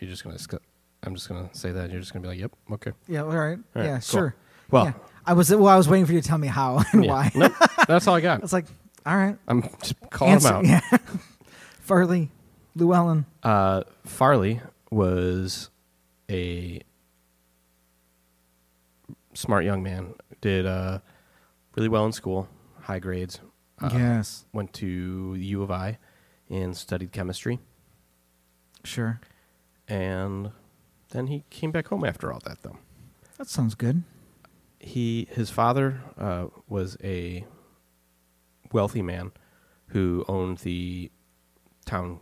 S2: You're just gonna. sc- I'm just gonna say that. You're just gonna be like, "Yep, okay."
S1: Yeah. All right.
S2: All right,
S1: yeah.
S2: cool.
S1: Sure.
S2: Well-
S1: Yeah. I was well. I was waiting for you to tell me how and
S2: Yeah.
S1: why. I
S2: Nope, that's all I got.
S1: was like, all right.
S2: I'm just calling him
S1: answer-
S2: out.
S1: Yeah. Farley, Llewellyn.
S2: Uh, Farley was a smart young man. Did uh, really well in school, high grades. Uh,
S1: yes.
S2: Went to the U of I and studied chemistry,
S1: Sure.
S2: and then he came back home after all that. Though
S1: That sounds good.
S2: he his father uh, was a wealthy man who owned the town.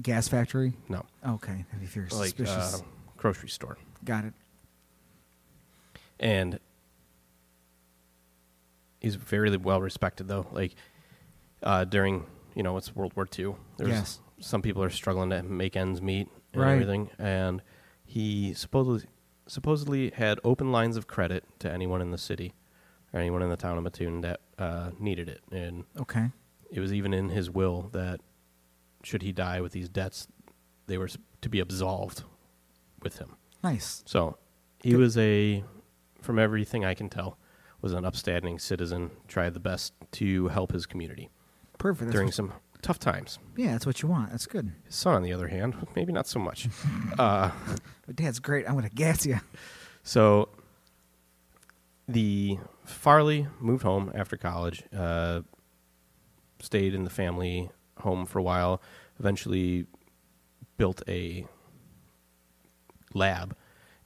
S1: Gas factory.
S2: No,
S1: Okay. If you're
S2: like
S1: suspicious.
S2: uh, grocery store.
S1: Got it.
S2: and he's very well respected though like uh, during you know it's world war ii there's
S1: Yes.
S2: some people are struggling to make ends meet and
S1: Right.
S2: everything and he supposedly supposedly had open lines of credit to anyone in the city or anyone in the town of mattoon that uh, needed it and
S1: Okay.
S2: it was even in his will that should he die with these debts they were s- to be absolved with him
S1: Nice.
S2: so he
S1: Good.
S2: was a, from everything I can tell, was an upstanding citizen, tried the best to help his community
S1: Perfect. That's
S2: during
S1: what-
S2: some tough times.
S1: yeah, that's what you want. That's good.
S2: His son, on the other hand, maybe not so much. Uh,
S1: But Dad's great. I'm gonna gas you.
S2: So the Farley moved home after college, uh, stayed in the family home for a while, eventually built a lab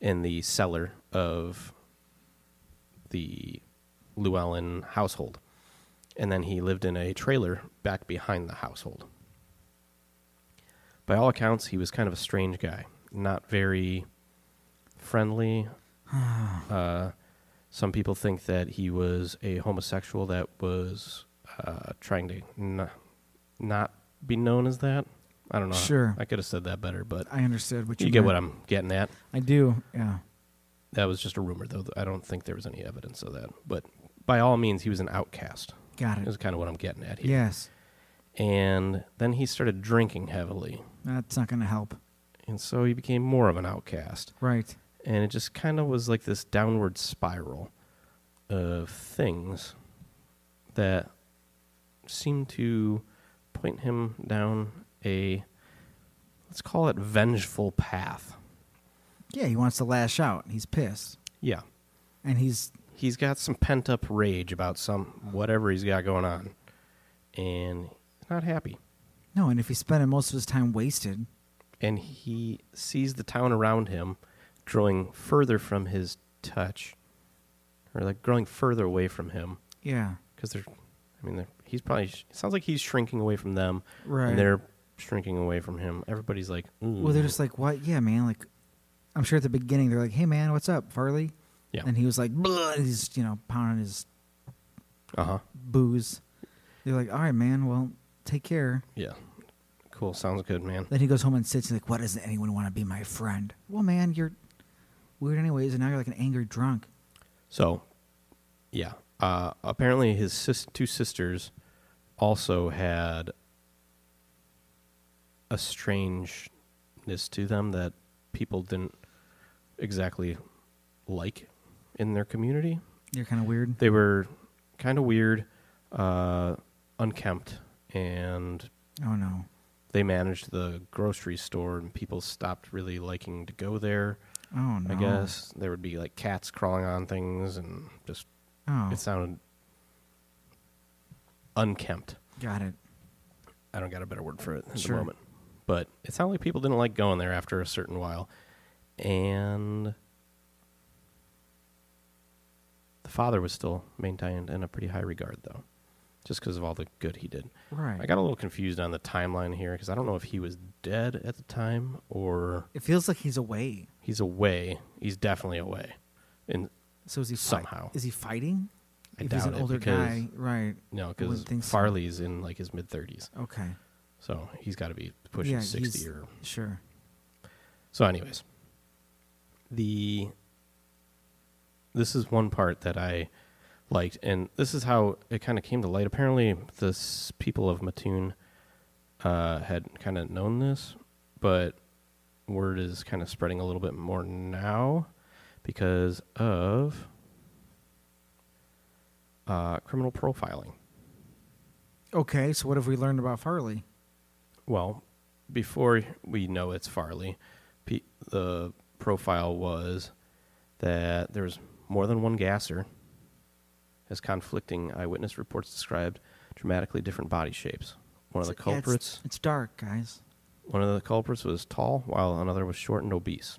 S2: in the cellar of the Llewellyn household. And then he lived in a trailer back behind the household. By all accounts, he was kind of a strange guy, not very friendly. uh, some people think that he was a homosexual that was uh, trying to n- not be known as that. I don't know.
S1: Sure.
S2: I could have said that better, but
S1: I understood what you.
S2: you get
S1: meant.
S2: what I'm getting at.
S1: I do. Yeah.
S2: That was just a rumor, though. I don't think there was any evidence of that. But by all means, he was an outcast.
S1: Got it.
S2: Is kind of what I'm getting at here.
S1: Yes.
S2: And then he started drinking heavily,
S1: That's not going to help.
S2: and so he became more of an outcast.
S1: Right.
S2: And it just kind of was like this downward spiral of things that seemed to point him down a let's call it vengeful path.
S1: Yeah, he wants to lash out. He's pissed.
S2: Yeah.
S1: And he's
S2: he's got some pent up rage about some whatever he's got going on, and he's not happy.
S1: No, and if he's spending most of his time wasted,
S2: And he sees the town around him growing further from his touch, or like growing further away from him.
S1: yeah,
S2: because they're i mean they're, he's probably sh- it sounds like he's shrinking away from them
S1: Right.
S2: and they're shrinking away from him everybody's like Ooh.
S1: Well, they're just like, what? Yeah, man. Like, I'm sure at the beginning they're like, hey, man, what's up, Farley?
S2: yeah
S1: And he was like, Bleh, and he's you know pounding his
S2: uh-huh
S1: booze. They're like, all right, man. Well, take care.
S2: yeah cool sounds good man
S1: Then he goes home and sits. He's like, why doesn't anyone want to be my friend? Well, man, you're weird anyways, and now you're like an angry drunk.
S2: so yeah uh apparently his sis- two sisters also had a strangeness to them that people didn't exactly like in their community
S1: You're kind of weird.
S2: they were kind of weird, uh, unkempt, and
S1: Oh no.
S2: they managed the grocery store, and people stopped really liking to go there.
S1: Oh no.
S2: I guess there would be like cats crawling on things, and just
S1: Oh,
S2: it sounded unkempt.
S1: got it.
S2: I don't got a better word for it at
S1: Sure.
S2: the moment, but it sounded like people didn't like going there after a certain while, and the father was still maintained in a pretty high regard though, just because of all the good he did.
S1: Right.
S2: I got a little confused on the timeline here because I don't know if he was dead at the time or
S1: It feels like he's away.
S2: he's away. He's definitely away, and
S1: So is he fight-
S2: Somehow.
S1: is he fighting?
S2: I
S1: if he's
S2: doubt
S1: an
S2: it
S1: older
S2: because-
S1: guy, right?
S2: no,
S1: I wouldn't
S2: because
S1: think so.
S2: Farley's in like his mid thirties,
S1: Okay.
S2: so he's got to be pushing
S1: yeah,
S2: sixty
S1: he's-
S2: or
S1: sure.
S2: So, anyways, the this is one part that I liked, and this is how it kind of came to light. Apparently, the s- people of Mattoon uh, had kind of known this, but word is kind of spreading a little bit more now because of uh, criminal profiling.
S1: Okay, so what have we learned about Farley?
S2: Well, before we know it's Farley, pe- the profile was that there was more than one gasser, as conflicting eyewitness reports described dramatically different body shapes. One of the
S1: Yeah, it's-
S2: culprits,
S1: it's, dark, guys.
S2: one of the culprits was tall, while another was short and obese.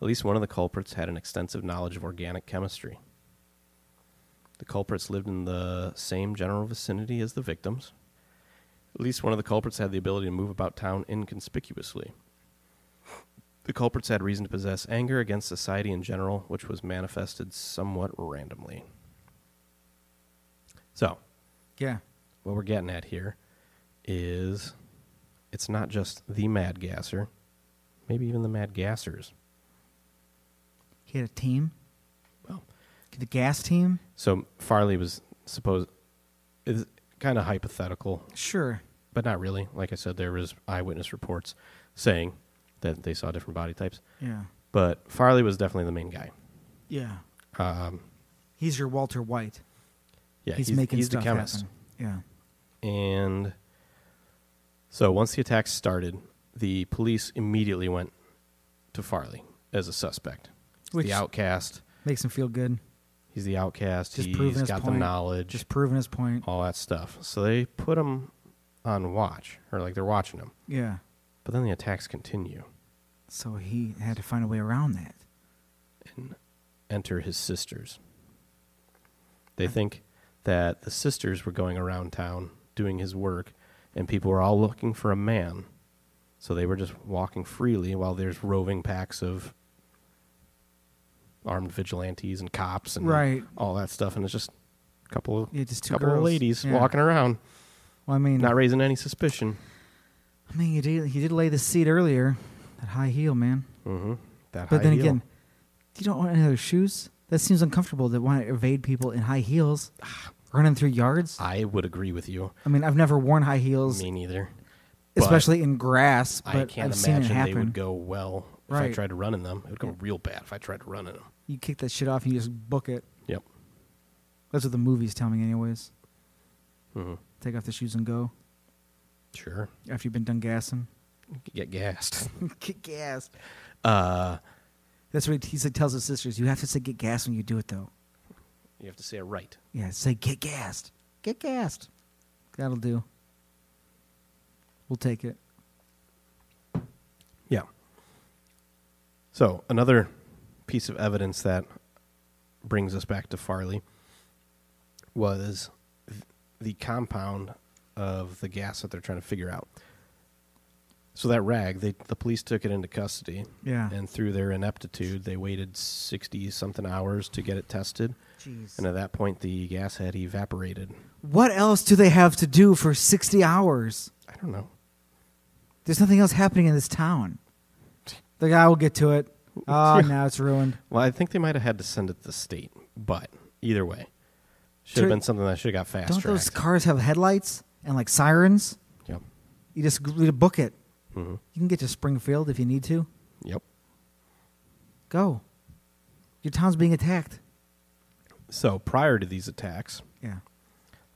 S2: At least one of the culprits had an extensive knowledge of organic chemistry. The culprits lived in the same general vicinity as the victims. At least one of the culprits had the ability to move about town inconspicuously. The culprits had reason to possess anger against society in general, which was manifested somewhat randomly. So,
S1: Yeah.
S2: what we're getting at here is it's not just the mad gasser, maybe even the mad gassers.
S1: He had a team.
S2: Well,
S1: The gas team?
S2: so Farley was supposed is kind of hypothetical,
S1: Sure.
S2: but not really. Like I said, there was eyewitness reports saying that they saw different body types,
S1: Yeah.
S2: but Farley was definitely the main guy.
S1: Yeah. Um, he's your Walter White.
S2: Yeah,
S1: he's, making
S2: he's
S1: stuff
S2: the chemist.
S1: happen. Yeah.
S2: And so once the attacks started, the police immediately went to Farley as a suspect. He's
S1: Which-
S2: the outcast.
S1: Makes him feel good.
S2: He's the outcast.
S1: Just
S2: He's
S1: proving his
S2: got the
S1: point.
S2: knowledge,
S1: Just proving his point.
S2: all that stuff. So they put him on watch, or like they're watching him.
S1: Yeah.
S2: But then the attacks continue.
S1: So he had to find a way around that.
S2: Enter his sisters. They
S1: Hmm.
S2: think that the sisters were going around town doing his work, and people were all looking for a man. So they were just walking freely while there's roving packs of armed vigilantes and cops and
S1: Right.
S2: all that stuff. And it's just a couple of,
S1: Yeah, just two
S2: couple of
S1: girls.
S2: ladies
S1: Yeah.
S2: walking around.
S1: Well, I mean,
S2: not raising any suspicion.
S1: I mean, he did, he did lay the seat earlier. That high heel, man.
S2: Mm-hmm. That
S1: But
S2: high
S1: then
S2: heel.
S1: again, you don't want any other shoes. That seems uncomfortable to want to evade people in high heels, running through yards.
S2: I would agree with you.
S1: I mean, I've never worn high heels,
S2: Me neither. But
S1: especially in grass. But
S2: I can't
S1: have seen it
S2: imagine
S1: happen.
S2: they would go well if I
S1: Right.
S2: tried to run in them. It would go real bad if I tried to run in them.
S1: You kick that shit off and you just book it.
S2: Yep.
S1: That's what the movies tell me, anyways.
S2: hmm
S1: Take off the shoes and go
S2: Sure.
S1: after you've been done gassing.
S2: You could Get gassed.
S1: get gassed.
S2: Uh,
S1: That's what he said, tells his sisters. You have to say get gassed when you do it, though.
S2: you have to say it right.
S1: Yeah, say get gassed. Get gassed. That'll do. We'll take it.
S2: Yeah. So another piece of evidence that brings us back to Farley was th- the compound of the gas that they're trying to figure out. So that rag, they, the police took it into custody.
S1: Yeah.
S2: And through their ineptitude, they waited 60 something hours to get it tested.
S1: Jeez.
S2: And at that point, the gas had evaporated.
S1: What else do they have to do for 60 hours?
S2: I don't know.
S1: There's nothing else happening in this town. The guy will get to it. Oh, now it's ruined.
S2: Well, I think they might have had to send it to the state, but either way, should
S1: Sure.
S2: have been something that should have got fast
S1: Don't those
S2: tracked.
S1: cars have headlights and like sirens?
S2: yep.
S1: You just g- you book it.
S2: hmm
S1: You can get to Springfield if you need to.
S2: Yep.
S1: Go. Your town's being attacked.
S2: So prior to these attacks,
S1: Yeah.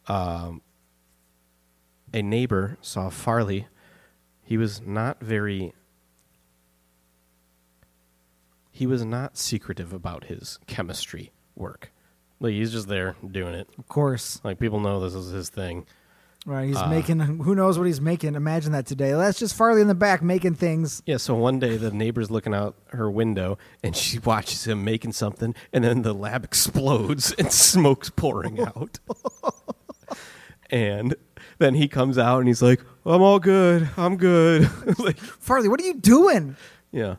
S2: a neighbor saw Farley. He was not very. He was not secretive about his chemistry work. Like he's just there doing it.
S1: Of course.
S2: Like people know this is his thing.
S1: Right.
S2: Ah.
S1: He's making, who knows what he's making. Imagine that today. That's just Farley in the back making things.
S2: Yeah, so one day the neighbor's looking out her window and she watches him making something, and then the lab explodes and smoke's pouring out. and then he comes out and he's like, I'm all good. I'm good. like,
S1: Farley, what are you doing?
S2: yeah.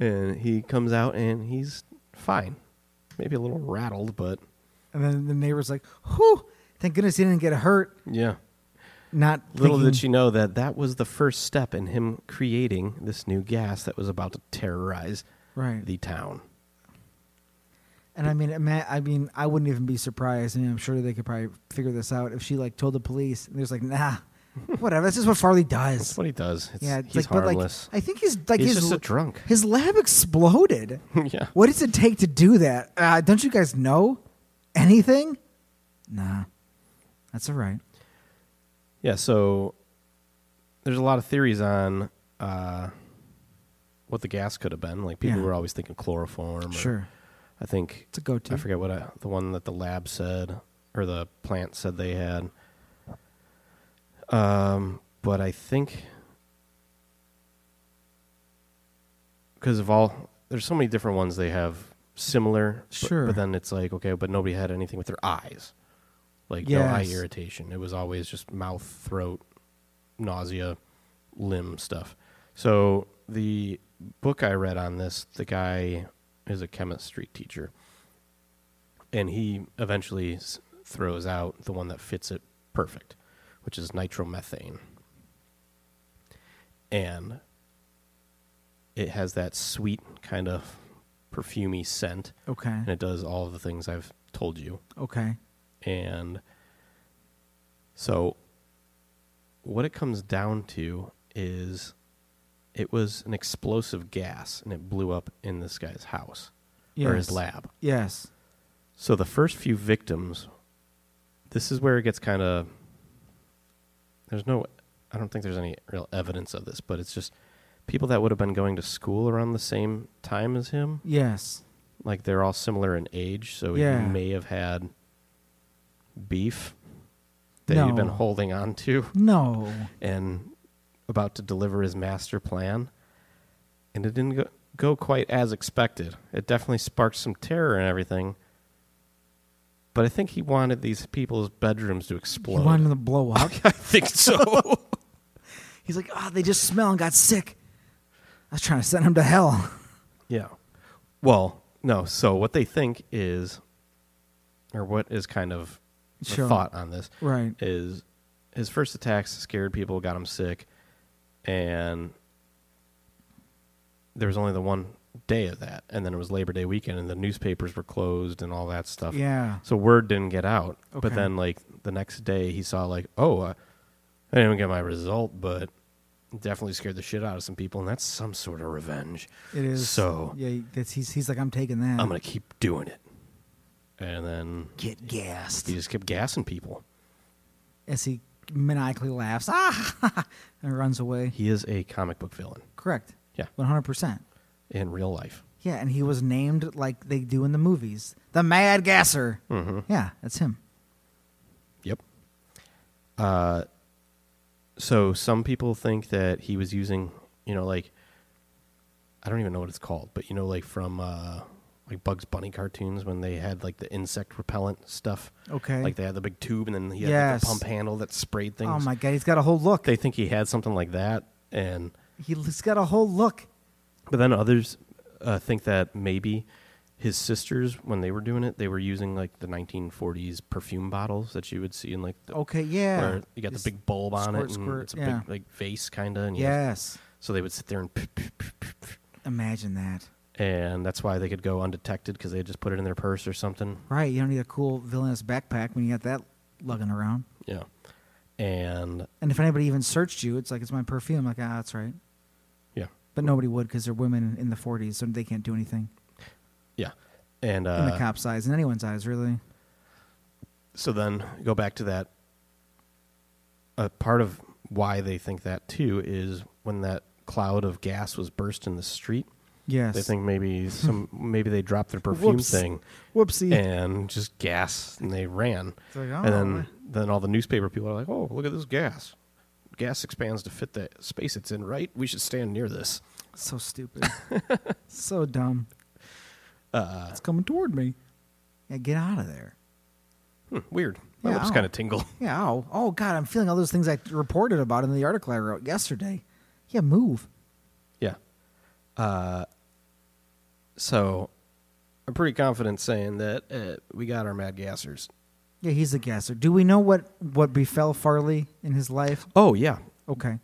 S2: And he comes out and he's fine. Maybe a little rattled, but
S1: And then the neighbor's like, whew, thank goodness he didn't get hurt.
S2: yeah.
S1: Not
S2: Little
S1: thinking,
S2: did she know that that was the first step in him creating this new gas that was about to terrorize
S1: Right.
S2: the town.
S1: and I mean, ima- I mean, I wouldn't even be surprised. I mean, I'm sure they could probably figure this out if she like told the police. And they're just like, nah, whatever. That's just what Farley does.
S2: That's what he does. It's,
S1: yeah, it's
S2: he's
S1: like, but like,
S2: harmless.
S1: I think he's like
S2: He's
S1: his
S2: just a
S1: l-
S2: drunk.
S1: His lab exploded.
S2: yeah.
S1: What does it take to do that? Uh, don't you guys know anything? Nah, that's all right.
S2: Yeah, so there's a lot of theories on uh, what the gas could have been. Like people
S1: Yeah.
S2: were always thinking chloroform. Or
S1: Sure,
S2: I think
S1: it's a go-to.
S2: I forget what I, the one that the lab said or the plant said they had. Um, but I think because of all there's so many different ones they have similar. but-
S1: Sure.
S2: But, then it's like okay, but nobody had anything with their eyes, like no eye
S1: Yes.
S2: irritation. It was always just mouth, throat, nausea, limb stuff. So the book I read on this, the guy is a chemistry teacher, and he eventually s- throws out the one that fits it perfect, which is nitromethane, and it has that sweet kind of perfumey scent,
S1: Okay,
S2: and it does all of the things I've told you
S1: okay,
S2: and so what it comes down to is it was an explosive gas and it blew up in this guy's house or his
S1: Yes.
S2: lab.
S1: yes,
S2: So the first few victims this is where it gets kind of there's no I don't think there's any real evidence of this, but it's just people that would have been going to school around the same time as him
S1: yes.
S2: like they're all similar in age, so
S1: Yeah.
S2: he may have had beef that he'd been
S1: No.
S2: holding on to
S1: No,
S2: and about to deliver his master plan. And it didn't go, go quite as expected. It definitely sparked some terror and everything. But I think he wanted these people's bedrooms to
S1: you
S2: explode.
S1: wanted him to blow up.
S2: I think so.
S1: He's like, oh, they just smell and got sick. I was trying to send him to hell.
S2: Yeah. Well, no. So what they think is, or what is kind of the
S1: Sure.
S2: thought on this,
S1: Right.
S2: Is his first attacks scared people, got him sick, and there was only the one day of that, and then it was Labor Day weekend, and the newspapers were closed and all that stuff.
S1: Yeah.
S2: So word didn't get out.
S1: Okay.
S2: But then, like the next day, he saw like, oh, uh, I didn't even get my result, but it definitely scared the shit out of some people, and that's some sort of revenge.
S1: It is.
S2: So
S1: yeah, that's, he's he's like, I'm taking that.
S2: I'm gonna keep doing it. And then
S1: get gassed.
S2: he just kept gassing people.
S1: As he maniacally laughs, ah, and runs away.
S2: He is a comic book villain.
S1: Correct.
S2: Yeah,
S1: One hundred percent.
S2: in real life.
S1: Yeah, and he was named like they do in the movies, the Mad Gasser.
S2: Mm-hmm.
S1: Yeah, that's him.
S2: Yep. Uh, so some people think that he was using, you know, like I don't even know what it's called, but you know, like from uh, like Bugs Bunny cartoons when they had like the insect repellent stuff.
S1: Okay.
S2: Like they had the big tube and then he had like,
S1: Yes.
S2: the pump handle that sprayed things.
S1: Oh my god, he's got a whole look.
S2: They think he had something like that, and
S1: He's got a whole look.
S2: but then others uh, think that maybe his sisters, when they were doing it, they were using like the 1940s perfume bottles that you would see in like the,
S1: Okay, yeah.
S2: where you got the
S1: It's-
S2: big bulb on
S1: squirt,
S2: it, and
S1: squirt,
S2: it's a
S1: yeah.
S2: big like vase kind of.
S1: Yes.
S2: So they would sit there and, p- p- p- p- p-
S1: Imagine that.
S2: and that's why they could go undetected because they had just put it in their purse or something.
S1: Right, you don't need a cool villainous backpack when you got that lugging around.
S2: Yeah. And
S1: And if anybody even searched you, it's like it's my perfume. Like ah, that's right.
S2: yeah,
S1: But nobody would because they're women in the 40s, so they can't do anything
S2: yeah. And
S1: in the
S2: uh,
S1: cop's eyes, in anyone's eyes, really.
S2: so then go back to that. A part of why they think that too is when that cloud of gas was burst in the street.
S1: Yes.
S2: They think maybe some maybe they dropped their perfume
S1: Whoops.
S2: thing
S1: Whoopsie.
S2: and just gas and they ran.
S1: It's like,
S2: and then
S1: oh.
S2: then all the newspaper people are like, "Oh, look at this gas. Gas expands to fit the space it's in, right? We should stand near this."
S1: so stupid. so dumb.
S2: Uh-uh.
S1: it's coming toward me. Yeah, get out of there.
S2: Hmm, weird. My
S1: Yeah,
S2: lips
S1: ow.
S2: kind of tingle.
S1: Yeah. Ow. Oh God, I'm feeling all those things I reported about in the article I wrote yesterday. Yeah, move.
S2: yeah. Uh so I'm pretty confident saying that uh, we got our mad gassers.
S1: Yeah, he's a gasser. Do we know what what befell Farley in his life?
S2: Oh, yeah.
S1: Okay.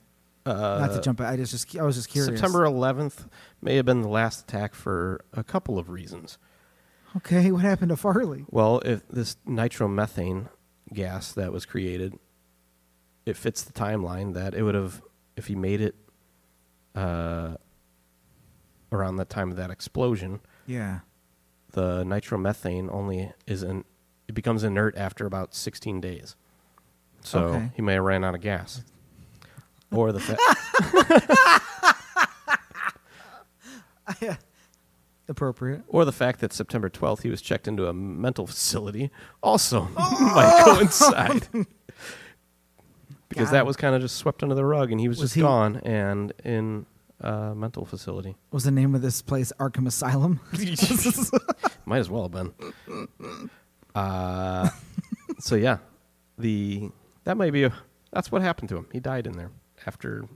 S1: Not to jump. I just just I was just curious.
S2: Uh, September 11th may have been the last attack for a couple of reasons.
S1: Okay, what happened to Farley?
S2: Well, if this nitromethane gas that was created, it fits the timeline that it would have if he made it uh, around the time of that explosion.
S1: Yeah.
S2: The nitromethane only is in it becomes inert after about 16 days, so
S1: Okay.
S2: he may have ran out of gas, or the fa-
S1: Appropriate.
S2: or the fact that September 12th he was checked into a mental facility also
S1: Oh.
S2: might coincide. because
S1: God.
S2: that was kind of just swept under the rug and he was,
S1: Was
S2: just
S1: he-
S2: gone and in a mental facility.
S1: Was the name of this place Arkham Asylum?
S2: Might as well have been. Uh, so yeah, the that might be a, that's what happened to him. He died in there after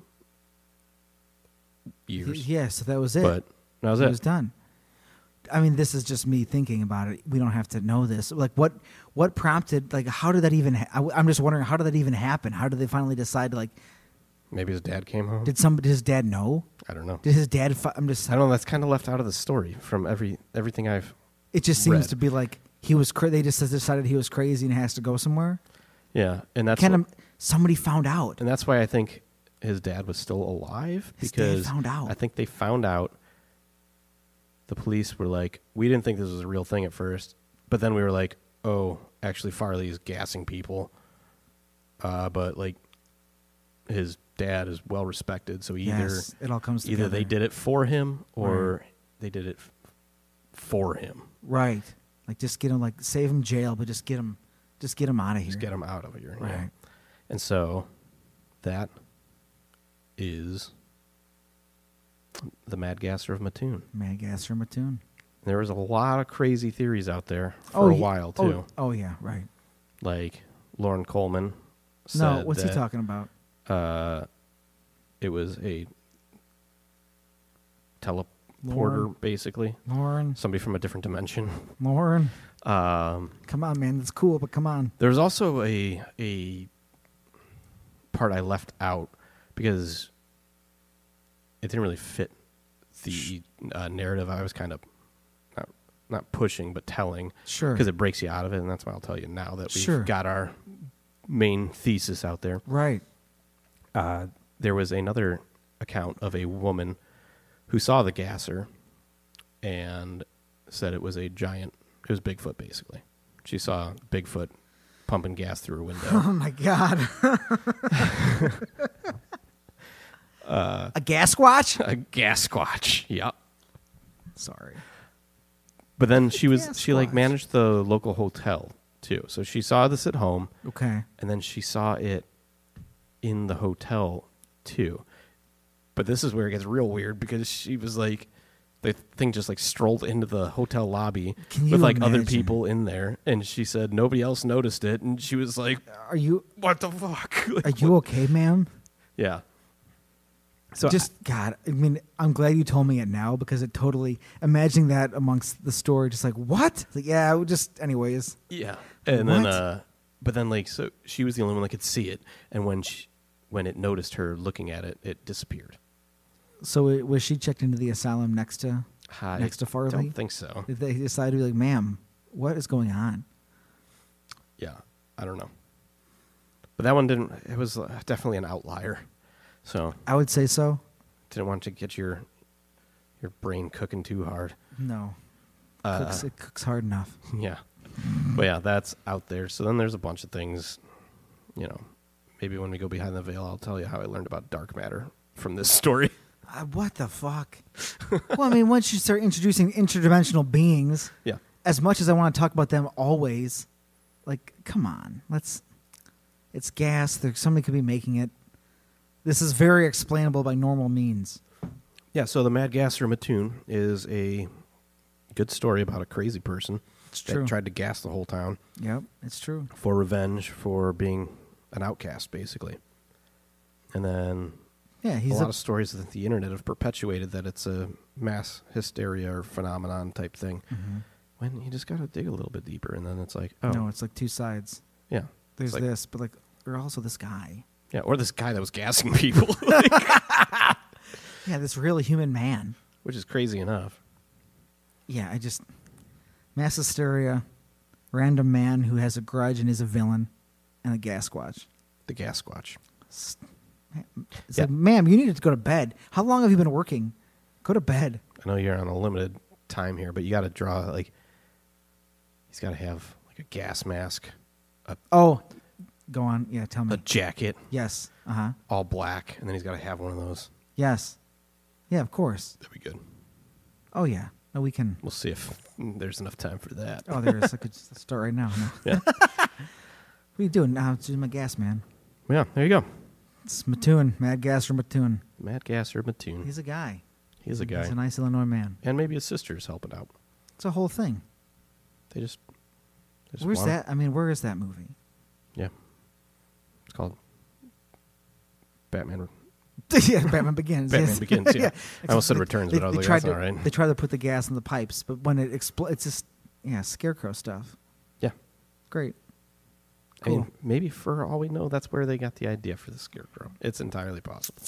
S2: years.
S1: yeah, so that was it.
S2: but that was
S1: it
S2: it.
S1: was done. I mean, this is just me thinking about it. We don't have to know this. Like, what what prompted? Like, how did that even? Ha- I, am just wondering, how did that even happen? How did they finally decide? Like,
S2: Maybe his dad came home.
S1: did somebody? Did his dad know?
S2: I don't know.
S1: Did his dad? Fi- I'm just.
S2: I don't know. That's kind of left out of the story from every everything I've.
S1: It just seems
S2: Red.
S1: to be like he was. Cra- they just decided he was crazy and has to go somewhere.
S2: Yeah, and that's
S1: Can
S2: wh-
S1: im- somebody found out?
S2: and that's why I think his dad was still alive
S1: His dad
S2: because
S1: found out.
S2: I think they found out. The police were like, we didn't think this was a real thing at first, but then we were like, oh, actually Farley is gassing people. Uh, but like, his dad is well respected, so either
S1: yes, it all comes
S2: either they
S1: together.
S2: did it for him or they did it f- for him.
S1: Right. Like just get him like save him jail, but just get him just get him out of here.
S2: Just get him out of here. yeah.
S1: Right.
S2: And so that is the Mad Gasser of Mattoon.
S1: Mad gas from a tune.
S2: There was a lot of crazy theories out there for a
S1: ye-
S2: while
S1: oh,
S2: too.
S1: Oh, yeah, right.
S2: Like Lauren Coleman said
S1: No, what's
S2: that
S1: he talking about?
S2: it was a teleporter
S1: Lauren.
S2: basically.
S1: Lauren.
S2: Somebody from a different dimension.
S1: Lauren. Um Come on, man, that's cool, but come on.
S2: There's also a a part I left out because it didn't really fit the uh, narrative I was kind of not, not pushing but telling
S1: Sure.
S2: because it breaks you out of it, and that's why I'll tell you now that we've
S1: Sure.
S2: got our main thesis out there.
S1: Right.
S2: uh, There was another account of a woman who saw the gasser and said it was a giant. It was Bigfoot, basically. She saw Bigfoot pumping gas through her window.
S1: Oh my god. a gas watch?
S2: a gas squatch. Yep.
S1: Sorry.
S2: But then she was
S1: gas
S2: she like
S1: squatch.
S2: managed the local hotel too. So she saw this at home,
S1: Okay.
S2: and then she saw it in the hotel too. But this is where it gets real weird because she was like, the thing just like strolled into the hotel lobby
S1: Can you
S2: with like other
S1: imagine?
S2: people in there, and she said nobody else noticed it, and she was like,
S1: Are you
S2: "What the fuck?" Like,
S1: are you okay, ma'am?
S2: yeah. So
S1: just God, I mean, I'm glad you told me it now because it totally imagining that amongst the story, just like what? Like, yeah, I would just anyways.
S2: Yeah. And then
S1: What?
S2: uh but then like so she was the only one that could see it and when she when it noticed her looking at it, it disappeared.
S1: So it, was she checked into the asylum next to? Next to Farley?
S2: I don't think so.
S1: Did they decide to be like, ma'am, what is going on?
S2: Yeah. I don't know. But that one didn't it was uh, definitely an outlier. So,
S1: I would say so.
S2: didn't want to get your your brain cooking too hard.
S1: No,
S2: Uh,
S1: cooks, it cooks hard enough.
S2: Yeah. But yeah, that's out there. So then there's a bunch of things, you know. Maybe when we go behind the veil, I'll tell you how I learned about dark matter from this story.
S1: Uh, what the fuck? well, I mean, once you start introducing interdimensional beings,
S2: yeah.
S1: as much as I want to talk about them always, like, come on, let's. It's gas. There, somebody could be making it. This is very explainable by normal means.
S2: Yeah, so the Mad Gasser Mattoon is a good story about a crazy person
S1: It's
S2: that tried to gas the whole town
S1: Yep, it's true.
S2: for revenge for being an outcast, basically. And then
S1: Yeah, he's
S2: a lot
S1: a,
S2: of stories that the internet have perpetuated that it's a mass hysteria or phenomenon type thing. When you just got to dig a little bit deeper, and then it's like, oh,
S1: Mm-hmm. no. It's like two sides.
S2: yeah,
S1: There's
S2: It's like-
S1: this, but like, we're also this guy.
S2: yeah, or this guy that was gassing people,
S1: Yeah, this real human man.
S2: which is crazy enough.
S1: Yeah, I just mass hysteria, random man who has a grudge and is a villain, and a gas squatch.
S2: The gas squatch.
S1: It's it's
S2: Yeah.
S1: like, ma'am, you needed to go to bed. How long have you been working? Go to bed.
S2: I know you're on a limited time here, but you got to draw like he's got to have like a gas mask,
S1: Oh, go on. Yeah, tell me.
S2: a jacket,
S1: yes. Uh huh.
S2: all black, and then he's got to have one of those.
S1: Yes. Yeah, of course.
S2: That'd be good.
S1: Oh yeah. No, we can.
S2: We'll see if there's enough time for that.
S1: Oh, there it is. I could just start right now. No.
S2: Yeah,
S1: What are you doing now? It's just my gas man.
S2: yeah. There you go.
S1: It's Mattoon, Mad Gas from Mattoon.
S2: Matt Gasser Mattoon. He's,
S1: He's a guy.
S2: a guy,
S1: He's a nice Illinois man.
S2: and maybe his sister's helping out.
S1: It's a whole thing.
S2: They just, they just
S1: Where's
S2: want 'em.
S1: that? I mean, where is that movie?
S2: Yeah, it's called Batman.
S1: yeah, Batman Begins.
S2: Batman
S1: yes.
S2: Begins, yeah. I almost said Returns, but I was like,
S1: tried
S2: that's
S1: to,
S2: not right.
S1: They try to put the gas in the pipes, but when it explodes, it's just yeah, scarecrow stuff.
S2: Yeah,
S1: Great.
S2: I mean,
S1: Cool.
S2: maybe for all we know, that's where they got the idea for the scarecrow. It's entirely possible.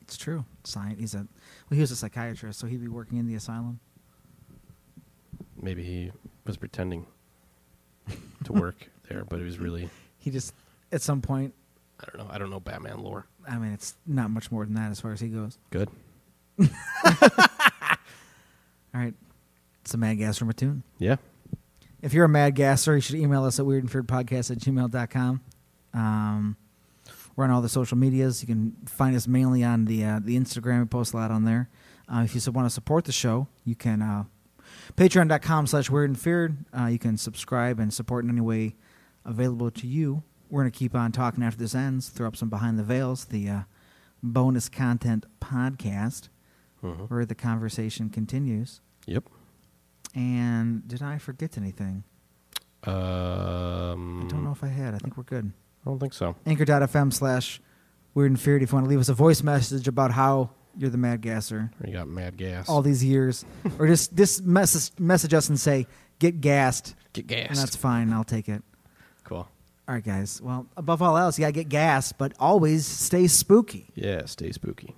S1: It's true. Science. He's a well. He was a psychiatrist, so he'd be working in the asylum.
S2: maybe he was pretending to work there, but it was really
S1: He just at some point.
S2: I don't know. I don't know Batman lore.
S1: I mean, it's not much more than that as far as he goes.
S2: Good.
S1: All right. It's a mad gas from a tune.
S2: Yeah.
S1: If you're a mad gasser, you should email us at weirdandfearedpodcast at gmail.com. Um, we're on all the social medias. You can find us mainly on the uh, the Instagram. We post a lot on there. Uh, if you want to support the show, you can uh, patreon.com slash weird and feared. Uh, you can subscribe and support in any way available to you. We're going to keep on talking after this ends, throw up some behind the veils, the uh, bonus content podcast
S2: Uh-huh.
S1: where the conversation continues.
S2: Yep.
S1: And did I forget anything?
S2: Um,
S1: I don't know if I had. I think we're good.
S2: I don't think so.
S1: Anchor.fm slash Weird and Feared if you want to leave us a voice message about how you're the mad gasser
S2: You got mad gas.
S1: all these years. or just, just message, message us and say, get gassed.
S2: Get gas.
S1: And that's fine. I'll take it.
S2: cool.
S1: All right, guys. Well, above all else, you got to get gassed, but always stay spooky.
S2: Yeah. Stay spooky.